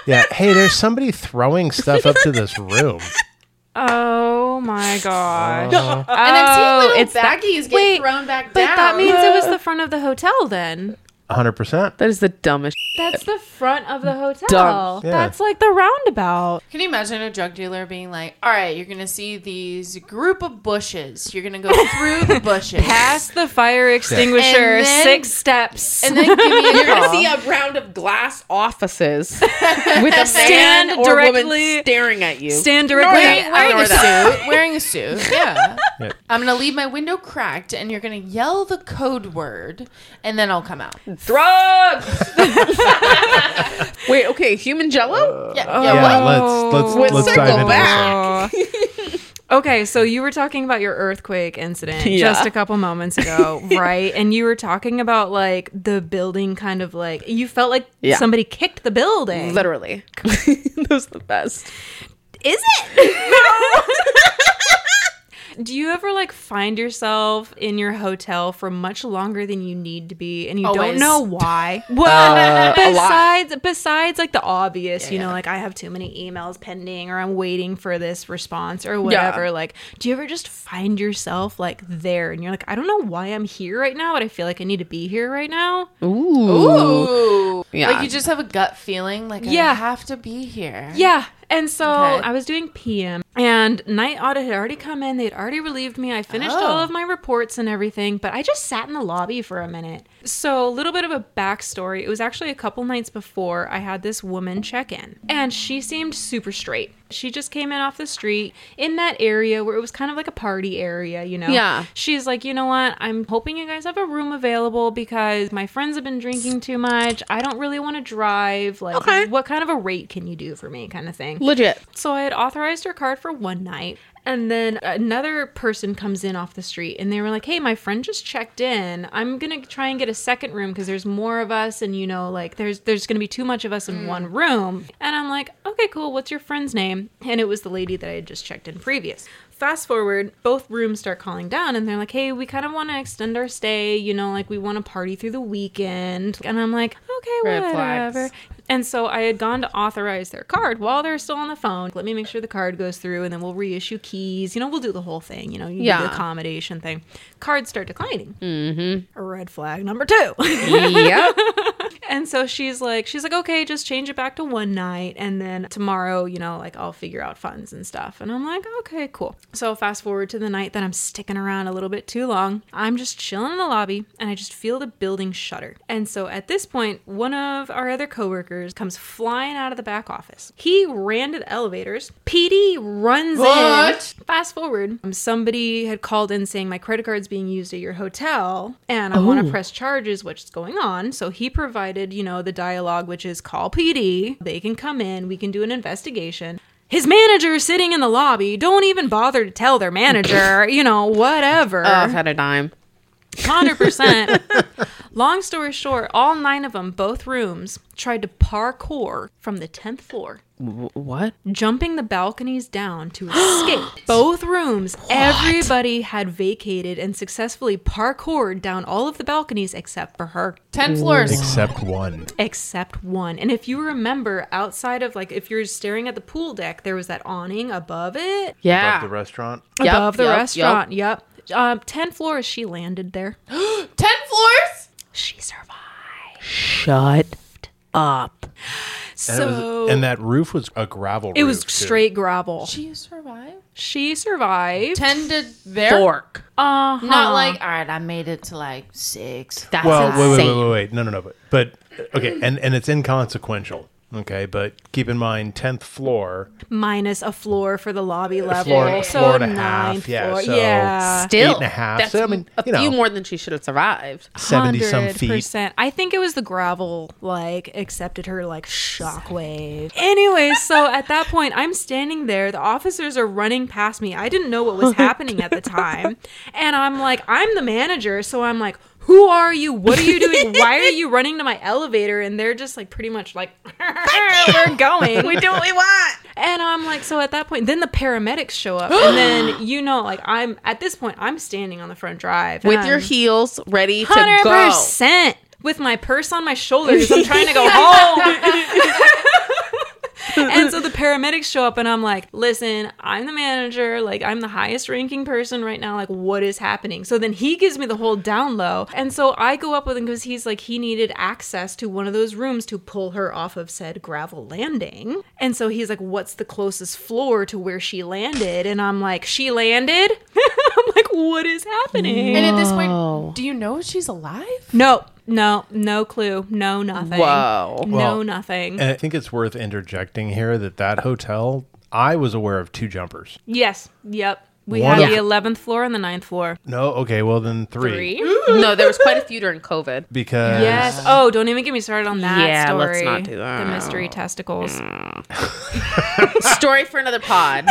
Yeah, hey, there's somebody throwing stuff up to this room.
Oh my gosh.
And I'm seeing
Oh,
little
it's that-
baggies get
Wait,
thrown back
But
down.
that means it was the front of the hotel then.
100%.
That is the dumbest.
That's the front of the hotel.
Dumb.
Yeah.
That's like the roundabout.
Can you imagine a drug dealer being like, all right, you're going to see these group of bushes. You're going to go through the bushes.
Past the fire extinguisher,
And then-
six steps.
And then give me a
You're gonna
call.
see a round of glass offices with a stand
Stand
or woman
directly-
staring at you.
stand directly.
Ignore that.
wearing, wearing
Ignore
a
that.
suit. Wearing a suit. Yeah.
Yeah.
I'm going to leave my window cracked and you're going to yell the code word and then I'll come out.
Drugs. Wait, okay, human jello?
Yeah.
Yeah,
yeah what?
let's let's
Let's
let's dive
circle
into
back.
Okay, so you were talking about your earthquake incident
Yeah.
just a couple moments ago, right? And you were talking about like the building kind of like you felt like
Yeah.
somebody kicked the
Uh.
building.
Literally. Those are the best.
Is it? Do you ever like find yourself in your hotel for much longer than you need to be and you don't
Always.
know why? Well,
Uh, a lot.
besides besides like the obvious, you know, like I have too many emails pending or I'm waiting for this response or whatever. Like, do you ever just find yourself like there and you're like, I don't know why I'm here right now, but I feel like I need to be here right now?
Ooh.
Ooh.
Yeah.
Like you just have a gut feeling like I
Yeah.
have to be here.
Yeah. And so
Okay.
I was doing PM and night audit had already come in. They'd already relieved me. I finished all
Oh.
of my reports and everything, but I just sat in the lobby for a minute. So, a little bit of a backstory. It was actually a couple nights before I had this woman check in, and she seemed super straight. She just came in off the street in that area where it was kind of like a party area, you know?
Yeah.
She's like, you know what? I'm hoping you guys have a room available because my friends have been drinking too much. I don't really want to drive. Like,
Okay.
what kind of a rate can you do for me? Kind of thing.
Legit.
So I had authorized her card for one night. And then another person comes in off the street and they were like, hey, my friend just checked in. I'm going to try and get a second room because there's more of us. And, you know, like there's there's going to be too much of us in
Mm.
one room. And I'm like, okay, cool. What's your friend's name? And it was the lady that I had just checked in previous. Fast forward, both rooms start calling down and they're like, hey, we kind of want to extend our stay. You know, like we want to party through the weekend. And I'm like, okay,
Red
whatever.
flags.
And so I had gone to authorize their card while they're still on the phone. Let me make sure the card goes through and then we'll reissue keys. You know, we'll do the whole thing. You know, you do
Yeah.
the accommodation thing. Cards start declining. Mm-hmm. Red flag number two.
Yeah.
and so she's like, she's like, okay, just change it back to one night, and then tomorrow, you know, like I'll figure out funds and stuff. And I'm like, okay, cool. So fast forward to the night that I'm sticking around a little bit too long. I'm just chilling in the lobby, and I just feel the building shudder. And so at this point, one of our other coworkers comes flying out of the back office. He ran to the elevators. PD runs in.
What?
Fast forward, um, somebody had called in saying my credit card's being used at your hotel and I want to press charges, which is going on. So he provided, you know, the dialogue, which is call PD. They can come in. We can do an investigation. His manager is sitting in the lobby. Don't even bother to tell their manager, you know, whatever.
Oh, I've had a dime.
Hundred percent. Long story short, all nine of them, both rooms, tried to parkour from the tenth floor,
W- what?
jumping the balconies down to escape. both rooms, everybody had vacated and successfully parkoured down all of the balconies except for her.
Ten floors.
Except one.
Except one. And if you remember, outside of like if you're staring at the pool deck, there was that awning above it.
Yeah.
Of the restaurant.
Yep,
above the
yep,
restaurant. Yep. Um, ten floors she landed there.
Ten floors.
she survived.
Shut up.
So
And, it was, and that roof was a gravel
It was
roof, too.
straight gravel. She,
She survived.
survived.
Ten to there.
Fork.
Uh huh.
Not like all right. I made it to like six.
That's
Well, wait,
insane.
wait, wait, wait, wait. No, no, no. But, but okay, and, and it's inconsequential. Okay, but keep in mind, 10th floor,
minus a floor for the lobby level.
floor-
so
floor and a
nine
half, yeah,
floor.
so-
yeah.
Still,
eight and a half.
That's
So, I mean,
a
you know.
few more than she should have survived.
70 some feet.
100%. I think it was the gravel, like, accepted her, like, shockwave. Anyway, so at that point, I'm standing there. The officers are running past me. I didn't know what was happening at the time. And I'm like, I'm the manager. So I'm like, who are you? What are you doing? Why are you running to my elevator? And they're just like, pretty much like, we're going. We do what we want. And I'm like, so at that point, then the paramedics show up. And then, you know, like, I'm at this point, I'm standing on the front drive Um,
With
and
your
I'm-
heels ready to
Hundred
go.
percent. With my purse on my shoulder because I'm trying to go home. and so the paramedics show up, and I'm like, "Listen, I'm the manager. Like, I'm the highest ranking person right now. Like, what is happening?" So then he gives me the whole down low, and so I go up with him because he's like, he needed access to one of those rooms to pull her off of said gravel landing, and so he's like, "What's the closest floor to where she landed?" And I'm like, "She landed." I'm like, "What is happening?"
And at this point,
Whoa.
do you know if she's alive?
No, no, no clue. No, nothing.
Whoa.
No,
Well,
nothing.
And I think it's worth interjecting here that that hotel, I was aware of two jumpers.
yes. Yep. We
One
had
of-
the 11th floor and the 9th floor.
No, okay, well then three.
No, there was quite a few during COVID.
Because
Yes. Oh, don't even get me started on that
Yeah,
story.
let's not do that.
The mystery testicles.
Story for another pod.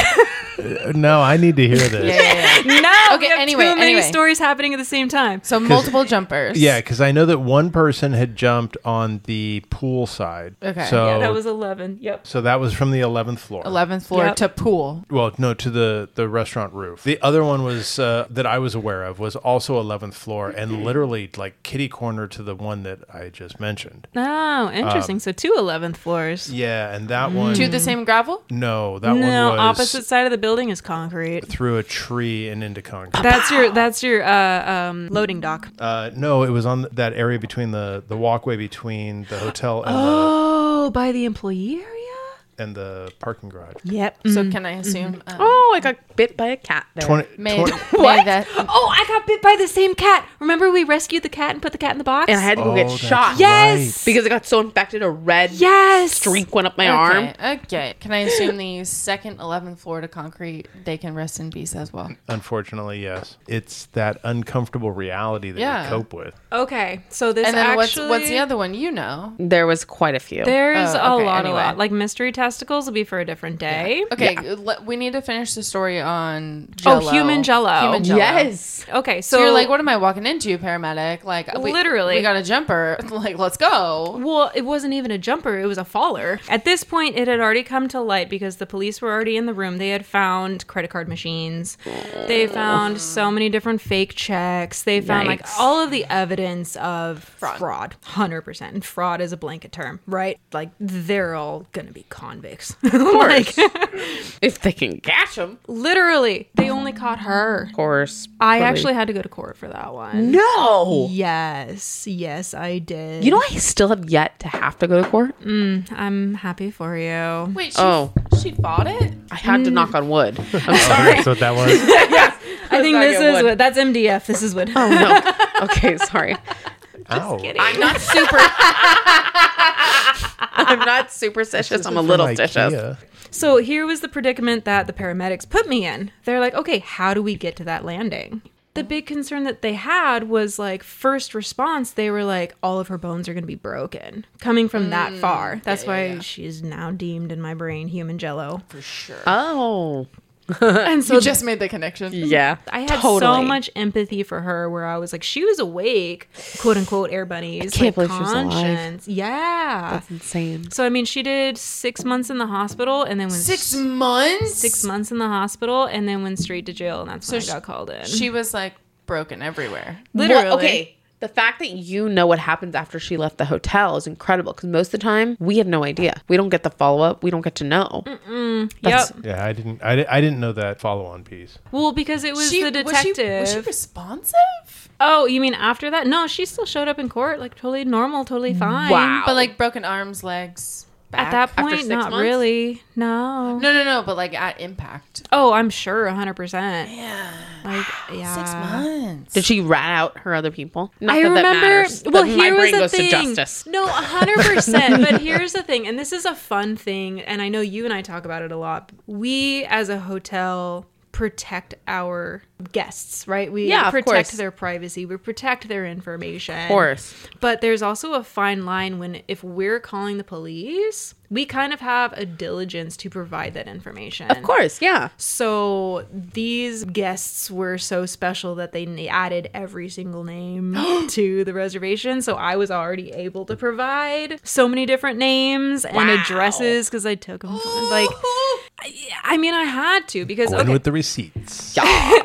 no, I need to hear this.
Yeah, yeah, yeah.
no.
Okay,
we have
anyway,
too many
anyway.
stories happening at the same time.
So multiple jumpers.
Yeah, because I know that one person had jumped on the pool side.
Okay.
So
Yeah, that was 11. Yep.
so that was from the eleventh floor.
Eleventh floor
Yep.
to pool.
Well, no, to the the restaurant roof. The other one was uh, that I was aware of was also eleventh floor and literally like kitty corner to the one that I just mentioned.
Oh, interesting. so two 11th floors.
Um, Yeah, and that one.
To the same gravel.
no, that
no,
one was
opposite side of the building is concrete.
through a tree and into concrete.
That's your that's your uh, um, loading dock.
Uh, no, it was on that area between the the walkway between the hotel and
Oh, by the employee area.
the and the parking garage.
Yep.
So can I assume? Um,
Oh, I got bit by a cat there.
20,
May,
20
may
What?
that
Oh, I got bit by the same cat. Remember we rescued the cat and put the cat in the box?
And I had to go
Oh,
get
that's
shot.
Yes.
Because it got so infected, a red
yes.
streak went up my arm.
okay, okay. Can I assume the second eleventh floor to concrete? They can rest in peace as well.
Unfortunately, yes. It's that uncomfortable reality that
Yeah.
we cope with. Oh,
Okay. So this
And then
actually
what's what's the other one? You know.
There was quite a few.
There's
Oh, okay,
a lot,
anyway.
a lot. Like mystery testicles will be for a different day.
Okay, le- we need to finish the story on
Oh,
Jello.
human Jell-O.
Human Jell-O.
yes.
Okay. So,
So, you're like, what am I walking into, paramedic? Like, we,
Literally.
we got a jumper. like, let's go.
Well, it wasn't even a jumper, it was a faller. At this point, it had already come to light because the police were already in the room. They had found credit card machines. They found so many different fake checks. They found
Yikes.
like all of the evidence of fraud. 100%. And fraud is a blanket term, right? Like they're all going to be con convicts.
course.
like,
if they can catch them.
literally, they only caught her.
Of course.
I
Really.
actually had to go to court for that one.
No.
Yes, yes, I did.
You know, I still have yet to have to go to court.
I'm happy for you.
Wait, she,
Oh.
she fought it?
I had to knock on wood. I'm sorry.
That's what that was.
I think
not
this
good
is
wood.
what that's MDF. This is what.
Oh no. Okay, sorry.
Ow.
I'm not super.
I'm not superstitious. I'm a little stitious.
So here was the predicament that the paramedics put me in. They're like, okay, how do we get to that landing? The big concern that they had was like first response, they were like, all of her bones are going to be broken coming from that
Mm.
far. That's why she's now deemed in my brain human jello.
Oh.
And so
you just made the connection.
Yeah.
I had so
Totally.
much empathy for her where I was like, she was awake, quote unquote, air bunnies.
can't
like,
believe she was alive.
conscience. Yeah.
That's insane.
so, I mean, she did six months in the hospital and then went
Six months?
six months in the hospital and then went straight to jail and that's when
sh-
I got called in.
She was like broken everywhere.
literally
Well, okay. The fact that you know what happens after she left the hotel is incredible because most of the time we have no idea. We don't get the follow up. We don't get to know.
Yep.
That's-
Yeah, I didn't. I, di- I didn't know that follow-on piece.
Well, because it was the detective.
Was she, responsive?
oh, you mean after that? No, she still showed up in court like totally normal, totally fine.
Wow.
But like broken arms, legs, back.
At that
After
point,
six
not
months?
really. No.
No, no, no. But like at impact.
Oh, I'm sure, 100. percent Yeah. Like yeah.
Six months.
Did she rat out her other people? Not
I
that
remember.
that matters.
Well,
That
here
my
was
brain
the
goes
thing.
to justice.
No, hundred percent. But here's the thing, and this is a fun thing, and I know you and I talk about it a lot. We, as a hotel, protect our guests, right? We
Yeah, of course.
protect their privacy. We protect their information. Of
course.
But there's also a fine line when if we're calling the police, we kind of have a diligence to provide that information.
Of course. Yeah.
So these guests were so special that they n- added every single name to the reservation. So I was already able to provide so many different names and
Wow.
addresses because I took them. From, like, I, I mean, I had to because
Going
okay,
with the receipts.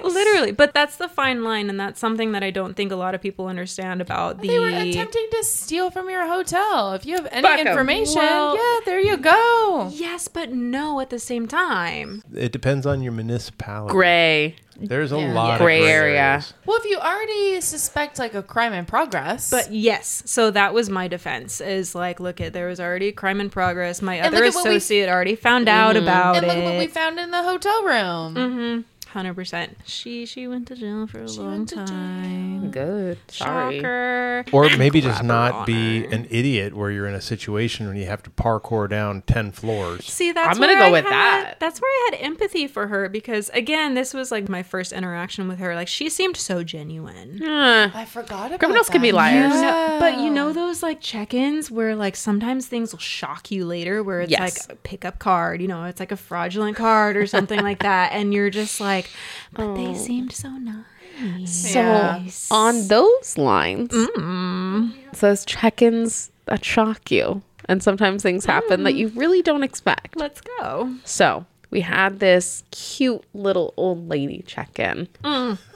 literally. But that's the fine line, and that's something that I don't think a lot of people understand about the.
They were attempting to steal from your hotel. If you have any
Fuck 'em.
information,
Well-
yeah, there you go.
yes, but no at the same time.
It depends on your municipality.
Gray.
There's a
Yeah.
lot
Gray
of gray
area.
areas.
Well, if you already suspect like a crime in progress,
But yes, so that was my defense is like, look at there was already crime in progress. My
And
other
look at what we- Mm-hmm.
associate already found out about
and look
it.
what we found in the hotel room.
Hundred percent. She she went to jail for a long
went to jail.
time.
Good. Sorry.
Shocker.
Or maybe just
on
not be an idiot where you're in a situation when you have to parkour down ten floors.
See, that's
I'm gonna
where
go
I
with
had-
that.
That's where I had empathy for her because again, this was like my first interaction with her. Like she seemed so genuine.
Uh,
I forgot about
Criminals can be
that.
liars.
You know- but you know those like check-ins where like sometimes things will shock you later where it's
Yes.
like a pickup card, you know, it's like a fraudulent card or something like that and you're just like but they seemed so nice.
So
Yeah.
on those lines,
Mm.
it's those check-ins that shock you, and sometimes things happen
Mm.
that you really don't expect.
Let's go.
So we had this cute little old lady check-in.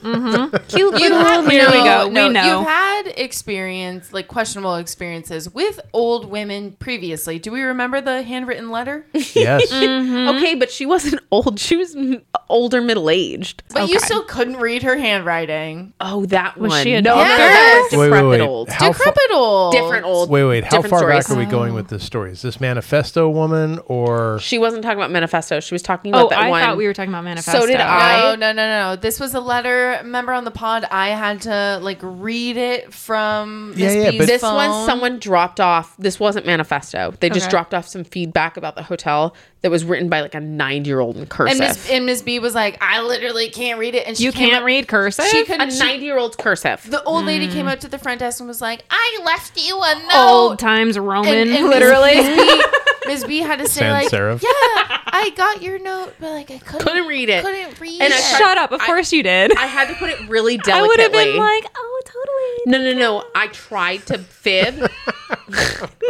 Cute
You
little
had,
old lady.
Here we go. We know.
You've had experience, like questionable experiences with old women previously. Do we remember the handwritten letter?
yes.
Okay, but she wasn't old. She was m- older, middle-aged.
But you still couldn't read her handwriting.
Oh, that was one.
she a
no, no,
doctor?
that was
Wait, wait,
decrepit
wait.
old.
How far-
Decrepit old.
Oh, Different old.
Wait, wait. How
different
far
stories.
back are we going with this story? Is this manifesto woman or
She wasn't talking about manifesto. She was talking about
Oh,
that
I
one.
thought we were talking about manifesto.
did I.
No, no, no, no. This was a letter. Remember on the pod, I had to like read it from Miss
Yeah, yeah,
B's
but-
This
phone.
one, someone dropped off. This wasn't manifesto. They just
Okay.
dropped off some feedback about the hotel that was written by like a nine-year-old in
and
cursive.
Miss and Miss B was like, I literally can't read it, and she
You
came
can't
up-
read cursive?
She
a
couldn't. she-
nine-year-old's cursive.
the old lady
Mm.
came up to the front desk and was like, I left you a note.
old times Roman,
and, and
literally.
Ms. B, Ms. B had to say
sans
like,
serif?
yeah, I got your note, but like I couldn't
Couldn't read it.
couldn't read
And I
it.
tried-
Shut up. Of course you did.
I had to put it really
I would
delicately.
have been like, oh,
no,
totally.
no, no. I tried to fib.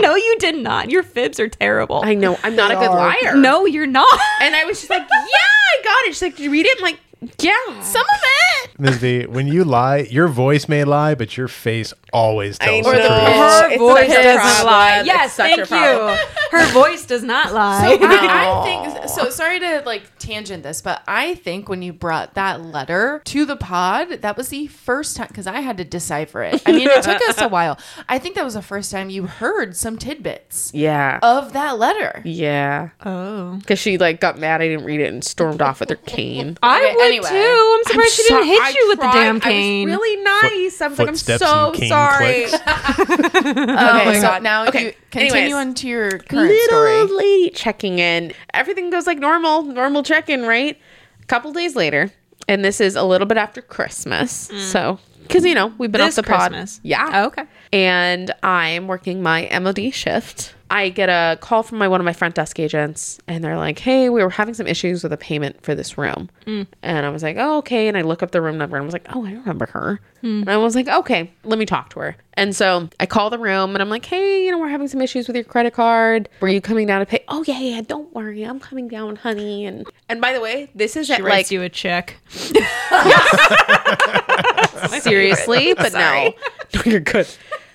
No, you did not. Your fibs are terrible.
I know. I'm not a good liar.
no, you're not.
And I was just like, yeah, I got it. She's like, did you read it? I'm like, yeah.
some of it.
Ms. V, when you lie, your voice may lie, but your face always tells
know.
the truth.
It's such a problem. It's
Yes,
such a
thank you.
problem.
Her voice does not lie.
So I, I think so. Sorry to like tangent this, but I think when you brought that letter to the pod, that was the first time because I had to decipher it. I mean, it took us a while. I think that was the first time you heard some tidbits
Uh,
Yeah.
of that letter.
yeah.
oh.
Because she like got mad I didn't read it and stormed off with her cane.
I
Okay,
would
anyway.
too. I'm surprised she didn't
so-
hit
I
you with the
tried-
damn cane.
I was really nice. I was like, I'm
footsteps
so
and cane
sorry.
clicks.
okay, so
Oh God.
now
Okay,
you continue
anyways.
on to your current
Little
story.
lady checking in. Everything goes like normal, normal check in, right? A couple days later, and this is a little bit after Christmas. So, because you know, we've been
Mm. This
off the
Christmas?
pod. Yeah.
Oh, okay.
and I'm working my MOD shift. I get a call from my one of my front desk agents, and they're like, "Hey, we were having some issues with a payment for this room,"
Mm.
and I was like, "Oh, okay." And I look up the room number, and I was like, "Oh, I remember her."
Hmm.
And I was like, "Okay, let me talk to her." And so I call the room, and I'm like, "Hey, you know, we're having some issues with your credit card. Were you coming down to pay?" "Oh yeah, yeah, don't worry, I'm coming down, honey." And and by the way, this is at
she writes
like
you a check.
seriously, but no, no, you're good.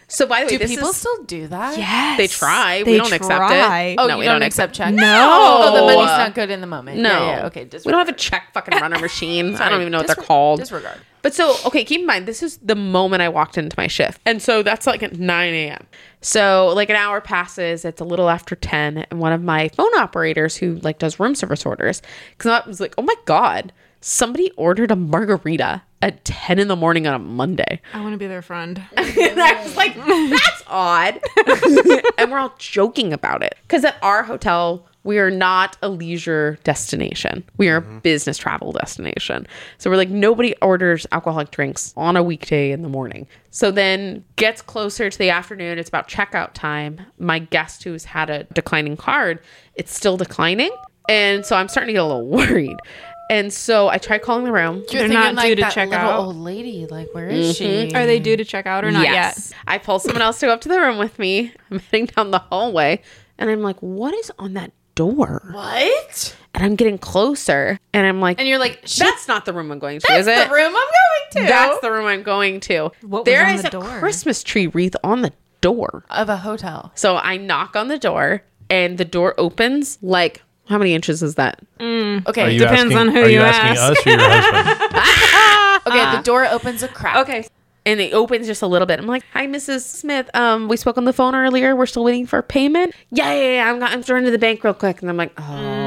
So by the way,
Do
this
people
is-
still do that?
Yes.
They try. We
They
don't
try.
accept it.
Oh,
No,
you
we
don't,
don't
accept check.
No.
Oh, the money's not good in the moment.
No.
Yeah, yeah, okay.
we don't have a check fucking runner machine. I don't even know what they're called.
Disregard.
But so, okay, keep in mind, this is the moment I walked into my shift. And so that's like at 9 a.m. So, like, an hour passes. It's a little after 10. And one of my phone operators who, like, does room service orders, because I was like, oh my God, somebody ordered a margarita at 10 in the morning on a Monday.
I want to be their friend.
and I was like, that's odd. and we're all joking about it. Because at our hotel, we are not a leisure destination. We are a business travel destination. So we're like, nobody orders alcoholic drinks on a weekday in the morning. So then gets closer to the afternoon. It's about checkout time. My guest who's had a declining card, it's still declining. And so I'm starting to get a little worried. And so I try calling the room.
You're
They're
thinking
not
like
due to
that
check
little
out.
old lady. Like, where is
Mm-hmm.
she?
Are they due to check out or not yet?
I pull someone else to go up to the room with me. I'm heading down the hallway and I'm like, what is on that door?
What?
And I'm getting closer and I'm like,
And you're like, shit,
that's not the room I'm going to,
that's
is it?
the room I'm going to.
That's the room I'm going to.
What was
There
on
is
the
a
door?
Christmas tree wreath on the door.
of a hotel.
So I knock on the door and the door opens like, how many inches is that?
Are
Okay.
you
Depends
asking,
on who
are you
you
asking
ask.
us or your husband?
okay. The door opens a crack.
Okay. And it opens just a little bit. I'm like, hi, Mrs. Smith. Um, we spoke on the phone earlier. We're still waiting for payment. Yeah, yeah, yeah. I'm, go- I'm throwing to the bank real quick. And I'm like, oh.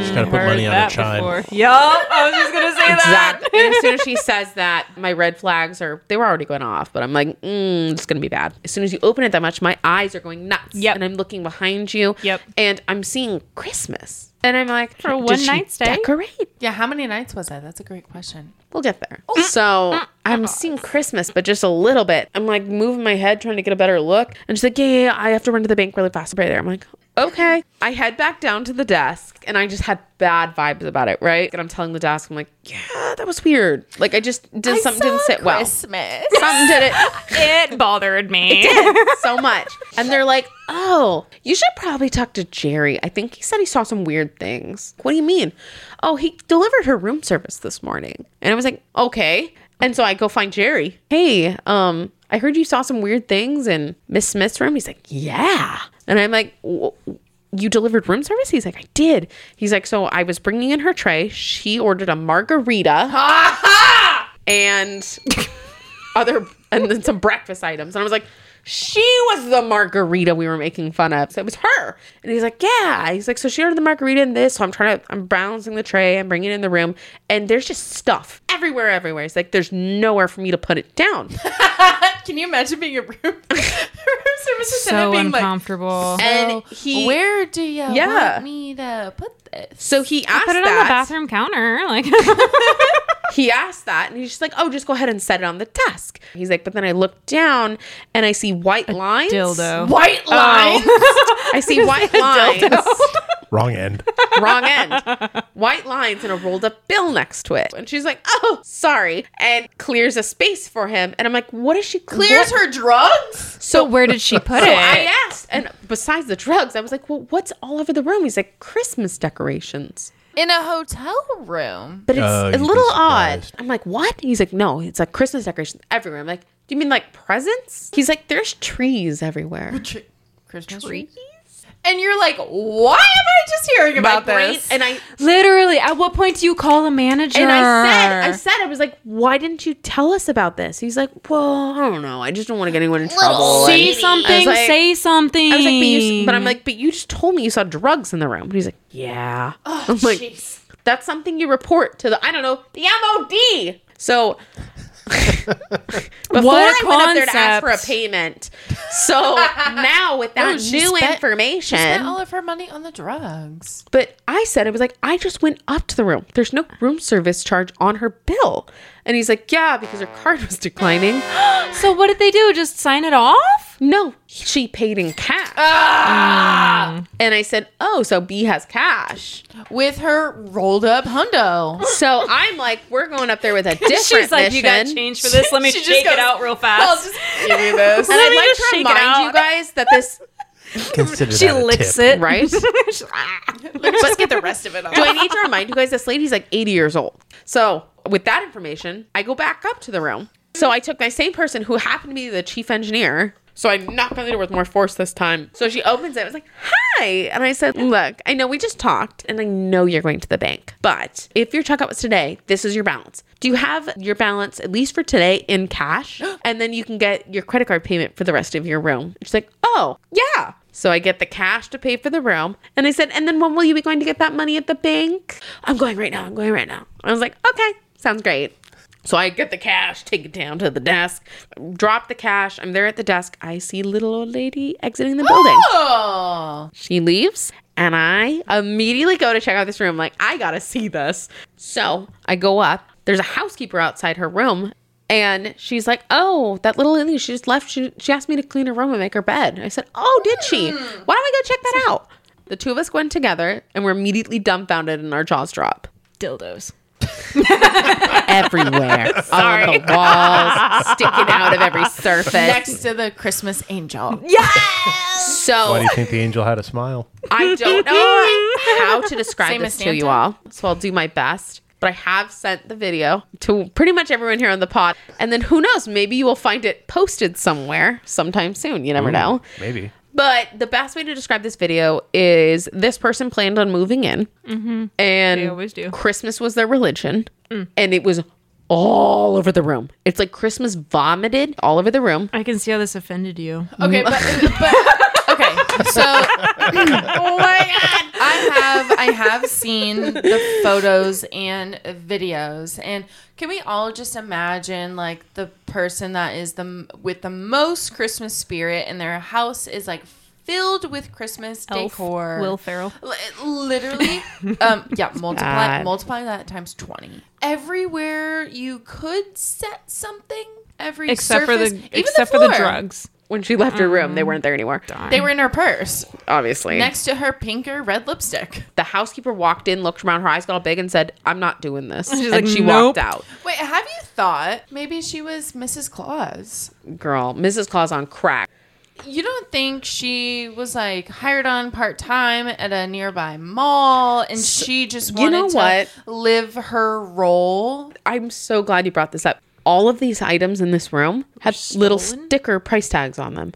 Just gotta put
Heard
money on
that
a chime.
before. Yup. I was just gonna say that.
Exactly. and as soon as she says that, my red flags are, they were already going off, but I'm like, mm, it's going to be bad. As soon as you open it that much, my eyes are going nuts.
Yep.
And I'm looking behind you.
Yep.
And I'm seeing Christmas. And I'm like,
For a
did
one
she
night stay?
Decorate.
Yeah. How many nights was that? That's a great question.
We'll get there. So I'm seeing Christmas, but just a little bit. I'm like moving my head, trying to get a better look. And she's like, yeah, yeah, yeah, I have to run to the bank really fast. Right there. I'm like, okay. I head back down to the desk and I just had bad vibes about it, right? And I'm telling the desk, I'm like, yeah, that was weird. Like I just did something didn't sit well.
Christmas.
Something did it
It bothered me.
so much. And they're like, oh, you should probably talk to Jerry. I think he said he saw some weird things. What do you mean? Oh, he delivered her room service this morning. And I was like, okay. And so I go find Jerry. Hey, um, I heard you saw some weird things in Miss Smith's room. He's like, yeah. And I'm like, "W- you delivered room service? He's like, I did. He's like, so I was bringing in her tray. She ordered a margarita and other and then some breakfast items. And I was like, she was the margarita we were making fun of. So it was her. And he's like, yeah. He's like, so she ordered the margarita in this. So I'm trying to, I'm balancing the tray. I'm bringing it in the room. And there's just stuff everywhere, everywhere. It's like, there's nowhere for me to put it down.
Can you imagine being a room, room service attendant
so
being like,
uncomfortable.
And
"Oh,
he-
where do you
Yeah.
want me to put this?
So he asked
Put it
that.
on the bathroom counter. Like
he asked that and he's just like, oh, just go ahead and set it on the desk. He's like, but then I look down and I see white lines.
dildo. Oh.
White lines.
I see white lines.
Wrong end.
Wrong end. White lines and a rolled up bill next to it. And she's like, oh, sorry. And clears a space for him. And I'm like, what is she clear?
Here's her drugs.
So
where did she put
So I asked, and besides the drugs, I was like, "Well, what's all over the room?" He's like, "Christmas decorations,"
In a hotel room.
but it's
Oh,
a
you'd be
little odd.
surprised.
I'm like, "What?" He's like, "No, it's like Christmas decorations everywhere." I'm like, "Do you mean like presents?" He's like, "There's trees everywhere."
Christmas
Trees?
And you're like, why am I just hearing about
brain-
this?
and I
Literally, at what point do you call a manager?
and I said I said I was like, why didn't you tell us about this? He's like, well, I don't know. I just don't want to get anyone in trouble. And-
say something,
like-
say something.
I was like, but, you, but I'm like, but you just told me you saw drugs in the room. And he's like, yeah. I'm like, that's something you report to the, I don't know, the MOD. So before
What a
I went up there to ask for a
concept.
payment. So now with that
No, she
new
spent-
information,
spent all of her money on the drugs.
but I said, I was like, I just went up to the room. There's no room service charge on her bill. And he's like, yeah, because her card was declining.
so what did they do? Just sign it off?
No, she paid in cash.
Ah!
And I said, oh, so B has cash.
With her rolled up hundo.
So I'm like, we're going up there with a different
She's like, you got
mission."
change for this. Let me
She just
shake
goes,
it out real fast.
I'll just give you this.
And
Let
I'd
me
like
just
to
shake it
remind you
out.
guys that this,
Consider
she
that a
licks
tip.
it.
right? Do
She's like, "Ah."
Just get the rest of it off.
I need to remind you guys this lady's like 80 years old? So with that information, I go back up to the room. So I took my same person who happened to be the chief engineer. So I knocked on the door with more force this time. So she opens it. I was like, hi. And I said, look, I know we just talked and I know you're going to the bank, but if your checkout was today, this is your balance. Do you have your balance, at least for today, in cash? And then you can get your credit card payment for the rest of your room. She's like, oh, yeah. So I get the cash to pay for the room. And I said, and then when will you be going to get that money at the bank? I'm going right now. I'm going right now. I was like, okay, sounds great. So I get the cash, take it down to the desk, drop the cash. I'm there at the desk. I see little old lady exiting the building.
Oh.
She leaves, and I immediately go to check out this room. Like, I gotta see this. So I go up. There's a housekeeper outside her room, and she's like, "Oh, that little lady. She just left. She she asked me to clean her room and make her bed." I said, "Oh, did she? Why don't we go check that out?" The two of us went together, and we're immediately dumbfounded, and our jaws drop
dildos.
everywhere on the walls, sticking out of every surface.
Next to the Christmas angel.
so
Why do you think the angel had a smile?
I don't know how to describe
Same
this
as
to you
Santa?
all, so I'll do my best. But I have sent the video to pretty much everyone here on the pod, and then who knows? Maybe you will find it posted somewhere sometime soon. You never know.
Maybe.
But the best way to describe this video is this person planned on moving in, and
They always do.
Christmas was their religion, and it was all over the room. It's like Christmas vomited all over the room.
I can see how this offended you.
Okay, but, but okay. So oh my god, I have I have seen the photos and videos, and can we all just imagine like the person that is the m- with the most Christmas spirit, and their house is like filled with Christmas decor.
Will Ferrell.
Li- literally um yeah multiply
Bad.
multiply that times 20 everywhere you could set something every
Except for
surface,
the
even
except for the
floor.
drugs.
When she left her room, they weren't there anymore.
they were in her purse
Obviously,
next to her pink or red lipstick.
the housekeeper walked in, looked around, her eyes got all big, and said, "I'm not doing this."
She's
and
like,
she
"Nope."
walked out.
Wait, have you thought maybe she was Mrs. Claus?
Girl, Mrs. Claus on crack.
You don't think she was like hired on part time at a nearby mall and she just
you
wanted
know
to live her role?
I'm so glad you brought this up. All of these items in this room have little sticker price tags on them,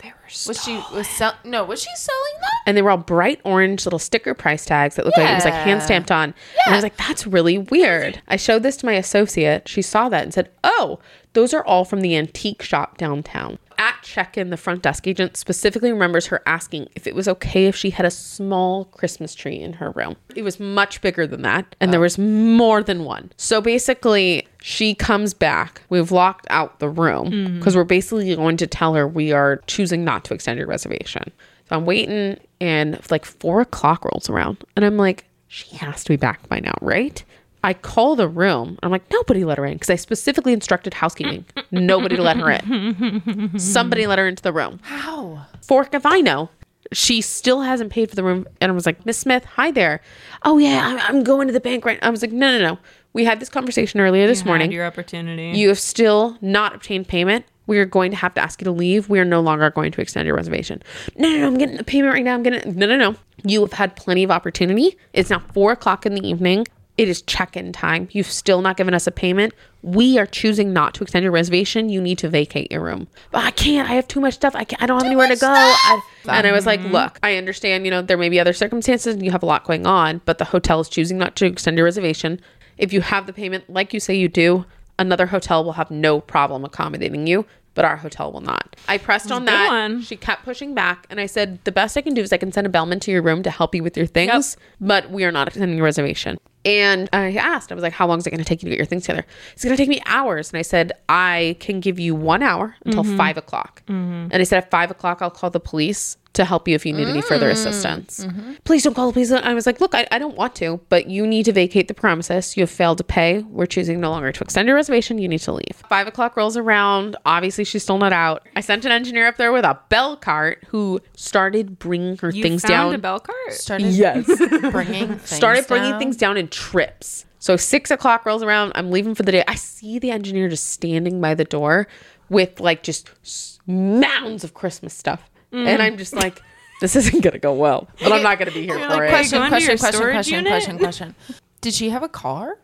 Was she was sell- no, was she selling that?
and they were all bright orange little sticker price tags that looked like it was like hand
Yeah.
stamped on. And I was like, "That's really weird." I showed this to my associate. She saw that and said, "Oh, those are all from the antique shop downtown." At check-in, the front desk agent specifically remembers her asking if it was okay if she had a small Christmas tree in her room. It was much bigger than that, and there was more than one. So basically, she comes back. We've locked out the room because we're basically going to tell her we are choosing not to extend your reservation. So I'm waiting, and like four o'clock rolls around, and I'm like, she has to be back by now, right? I call the room. I'm like, nobody let her in because I specifically instructed housekeeping. nobody to let her in. Somebody let her into the room.
How?
Fork if I know. She still hasn't paid for the room. And I was like, Miss Smith, hi there. Oh, yeah, I'm, I'm going to the bank right I was like, no, no, no. We had this conversation earlier this
You had
morning.
your opportunity.
You have still not obtained payment. We are going to have to ask you to leave. We are no longer going to extend your reservation. No, no, no. I'm getting the payment right now. I'm getting it. No, no, no. You have had plenty of opportunity. It's now four o'clock in the evening. It is check in time. You've still not given us a payment. We are choosing not to extend your reservation. You need to vacate your room. But I can't. I have too much Mm-hmm. stuff. I, can't, I don't have anywhere to go. I, and I was like, look, I understand, you know, there may be other circumstances and you have a lot going on, but the hotel is choosing not to extend your reservation. If you have the payment, like you say you do, another hotel will have no problem accommodating you, but our hotel will not. I pressed on that.
one.
She kept pushing back, and I said, The best I can do is I can send a bellman to your room to help you with your things, but we are not extending your reservation. And I asked, I was like, How long is it going to take you to get your things together? It's going to take me hours. And I said, I can give you one hour until five o'clock. And I said, At five o'clock, I'll call the police to help you if you need any
Mm.
further assistance.
Mm-hmm.
Please don't call the police. I was like, look, I, I don't want to, but you need to vacate the premises. You have failed to pay. We're choosing no longer to extend your reservation. You need to leave. Five o'clock rolls around. Obviously, she's still not out. I sent an engineer up there with a bell cart who started bringing her
You
things
found
down.
a bell cart.
Started
Yes.
bringing things
started bringing
down.
things down in trips. So six o'clock rolls around. I'm leaving for the day. I see the engineer just standing by the door with like just s- mounds of Christmas stuff, and I'm just like, this isn't gonna go well. But I'm not gonna be here for
like,
it.
Go
Question,
into
question,
your
question,
storage
question,
unit?
question, question. Did she have a car?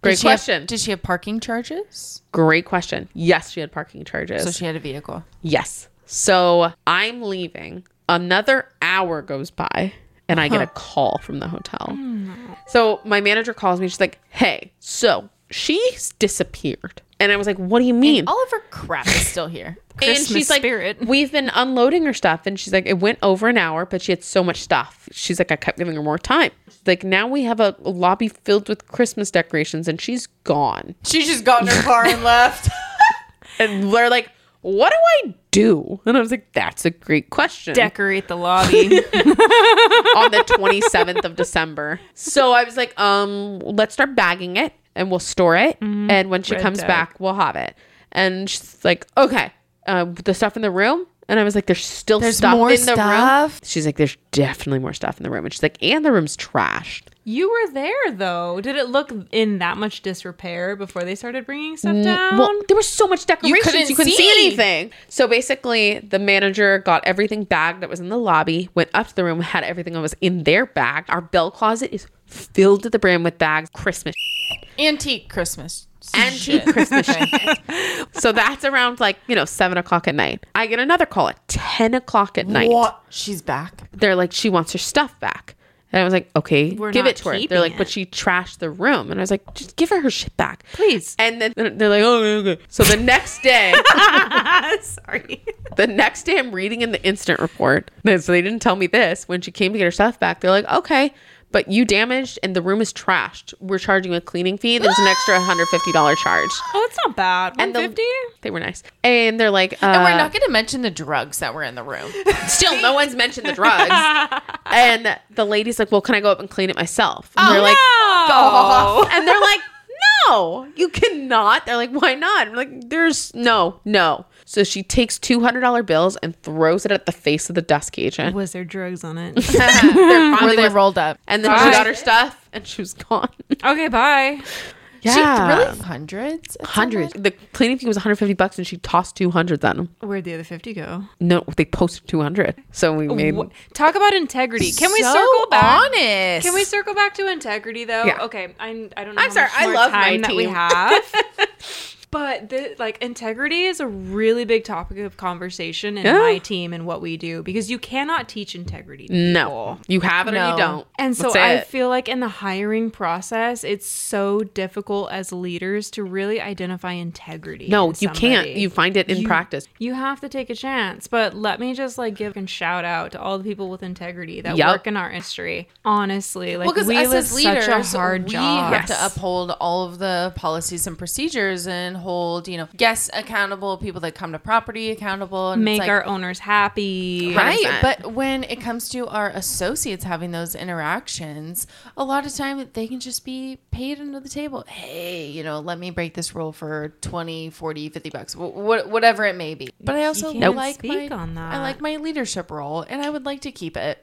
Great
did she have-
question.
did she have parking charges?
Great question. Yes, she had parking charges.
So she had a vehicle.
yes. So I'm leaving. Another hour goes by, and I get a call from the hotel. So my manager calls me. She's like, "Hey, so she's disappeared." And I was like, "What do you mean?"
All of her crap is still here.
and she's
Christmas
like,
spirit.
we've been unloading her stuff, and she's like, it went over an hour, but she had so much stuff. She's like, I kept giving her more time. Like now we have a lobby filled with Christmas decorations, and she's gone.
She just got in her car and left.
And they're like, what do I do? And I was like, that's a great question.
Decorate the lobby.
on the 27th of December. So I was like, um, let's start bagging it and we'll store it. And when she
red
comes
tag.
back, we'll have it. And she's like, okay, uh, the stuff in the room. And I was like, there's still
There's
stuff
more
in the room.
stuff?
She's like, there's definitely more stuff in the room. And she's like, and the room's trashed.
you were there though. Did it look in that much disrepair before they started bringing stuff down?
Mm, Well, there was so much decorations you couldn't,
couldn't
see.
see.
anything. So basically, the manager got everything bagged that was in the lobby, went up to the room, had everything that was in their bag. Our bell closet is filled to the brim with bags, Christmas
Antique Christmas.
Antique
Christmas.
So that's around like, you know, seven o'clock at night. I get another call at 10 o'clock at night.
What? She's back.
They're like, she wants her stuff back. And I was like, okay,
We're
give
not
it to her.
keeping
They're like, but
it.
she trashed the room. And I was like, just give her her shit back.
Please.
And then they're like, oh, okay, okay. So the next day, uh,
Sorry.
the next day I'm reading in the incident report. So they didn't tell me this. When she came to get her stuff back, they're like, okay, but you damaged and the room is trashed. We're charging you a cleaning fee. There's an extra $150 charge.
Oh, it's not bad.
And
One
the-
fifty.
They were nice. And they're like, uh,
And we're not going to mention the drugs that were in the room.
still no one's mentioned the drugs and the lady's like well can i go up and clean it myself and they're like
Oh.
and they're like no you cannot they're like why not I'm like there's no no so she takes $200 bills and throws it at the face of the desk agent
Was there drugs on it?
There
Where
probably
they
was-
rolled up.
and then she
Bye.
got her stuff and she was gone
okay, bye.
Yeah.
She really hundreds. at
hundreds
someone?
the cleaning fee was 150 bucks and she tossed 200 at them
Where'd the other fifty go?
no they posted 200 so we made
Wha- Talk about integrity. Can we
So
circle back?
Honest.
Can we circle back to integrity though?
Yeah.
Okay, I I don't know.
I'm
how
sorry,
much
I
more
love my
time that we
team.
have. But the, like integrity is a really big topic of conversation in
Yeah.
my team and what we do because you cannot teach integrity. to
no
people.
you have it or you
No.
don't
And so
That's
I
it.
feel like in the hiring process, it's so difficult as leaders to really identify integrity.
No,
in
you can't.
somebody.
You find it in
You-
practice.
You have to take a chance. But let me just like give a shout out to all the people with integrity that
Yep.
work in our industry. Honestly, like
Well, because
we
us
live
as leaders,
such a hard
we
job.
have to
Yes.
uphold all of the policies and procedures and hold, you know, guests accountable, people that come to property accountable, and it's
Make
like-
our owners happy.
Right,
100%.
but when it comes to our associates having those interactions, a lot of time they can just be paid under the table. Hey, you know, let me break this rule for 20, 40, 50 bucks, wh- wh- whatever it may be. But I also
can't
like
speak
my,
on
I
that.
like my leadership role and I would like to keep it.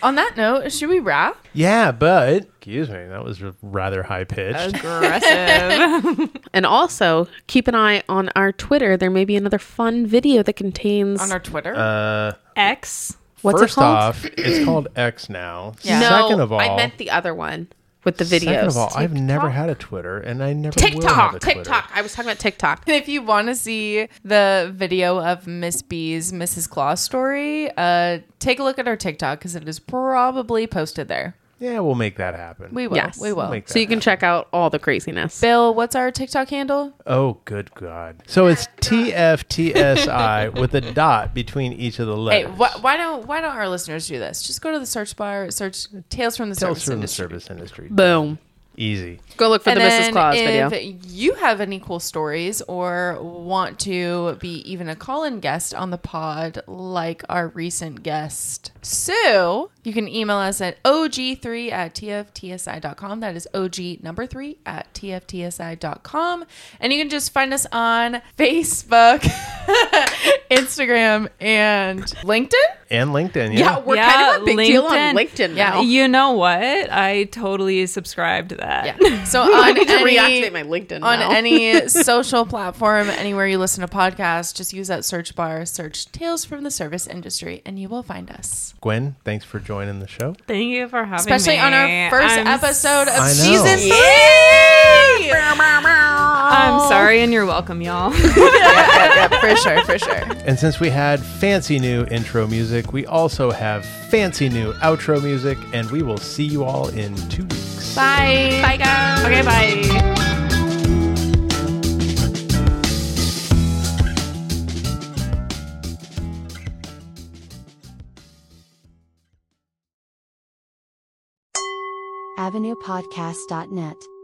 On that note, should we wrap?
Yeah, but excuse me, that was rather high pitched.
Aggressive.
And also, keep an eye on our Twitter. There may be another fun video that contains
On our Twitter?
Uh,
X.
what's it
first
called?
off, it's called X now.
Yeah.
No,
Second of all,
I meant the other one. with the videos.
Second of all, I've never had a Twitter, and I never will have a
TikTok,
Twitter.
TikTok. I was talking about TikTok.
And if you want to see the video of Miss B's Mrs. Claus story, uh, take a look at our TikTok because it is probably posted there.
Yeah, we'll make that happen.
We will.
Yes.
We will.
Like-
So you can check out all the craziness.
Bill, what's our TikTok handle?
oh, good God! So it's TFTSI with a dot between each of the
Hey,
letters.
wh- why don't why don't our listeners do this? Just go to the search bar, search "Tales from the
Tales
Service
from
Industry."
the service industry.
Boom.
Easy.
Go look for the Mrs.
then
Claus video.
if you have any cool stories or want to be even a call-in guest on the pod, like our recent guest Sue, you can email us at og3 at tftsi.com. That is og number three at tftsi.com, and you can just find us on Facebook, Instagram, and LinkedIn.
And LinkedIn. Yeah.
yeah, we're kind of a big deal on LinkedIn now.
Yeah.
You know what? I totally subscribe to that.
Yeah. So on
I need to
any-
reactivate my LinkedIn
on
now.
any social platform, anywhere you listen to podcasts, just use that search bar, search Tales from the Service Industry, and you will find us.
Gwen, thanks for joining the show.
Thank you for having
Especially
me.
on our first
I'm
episode
I know.
of season three.
I'm sorry, and you're welcome, y'all.
for sure, for sure.
And since we had fancy new intro music, we also have fancy new outro music, and we will see you all in two weeks.
Bye. Bye, guys.
okay, bye.
AvenuePodcast.net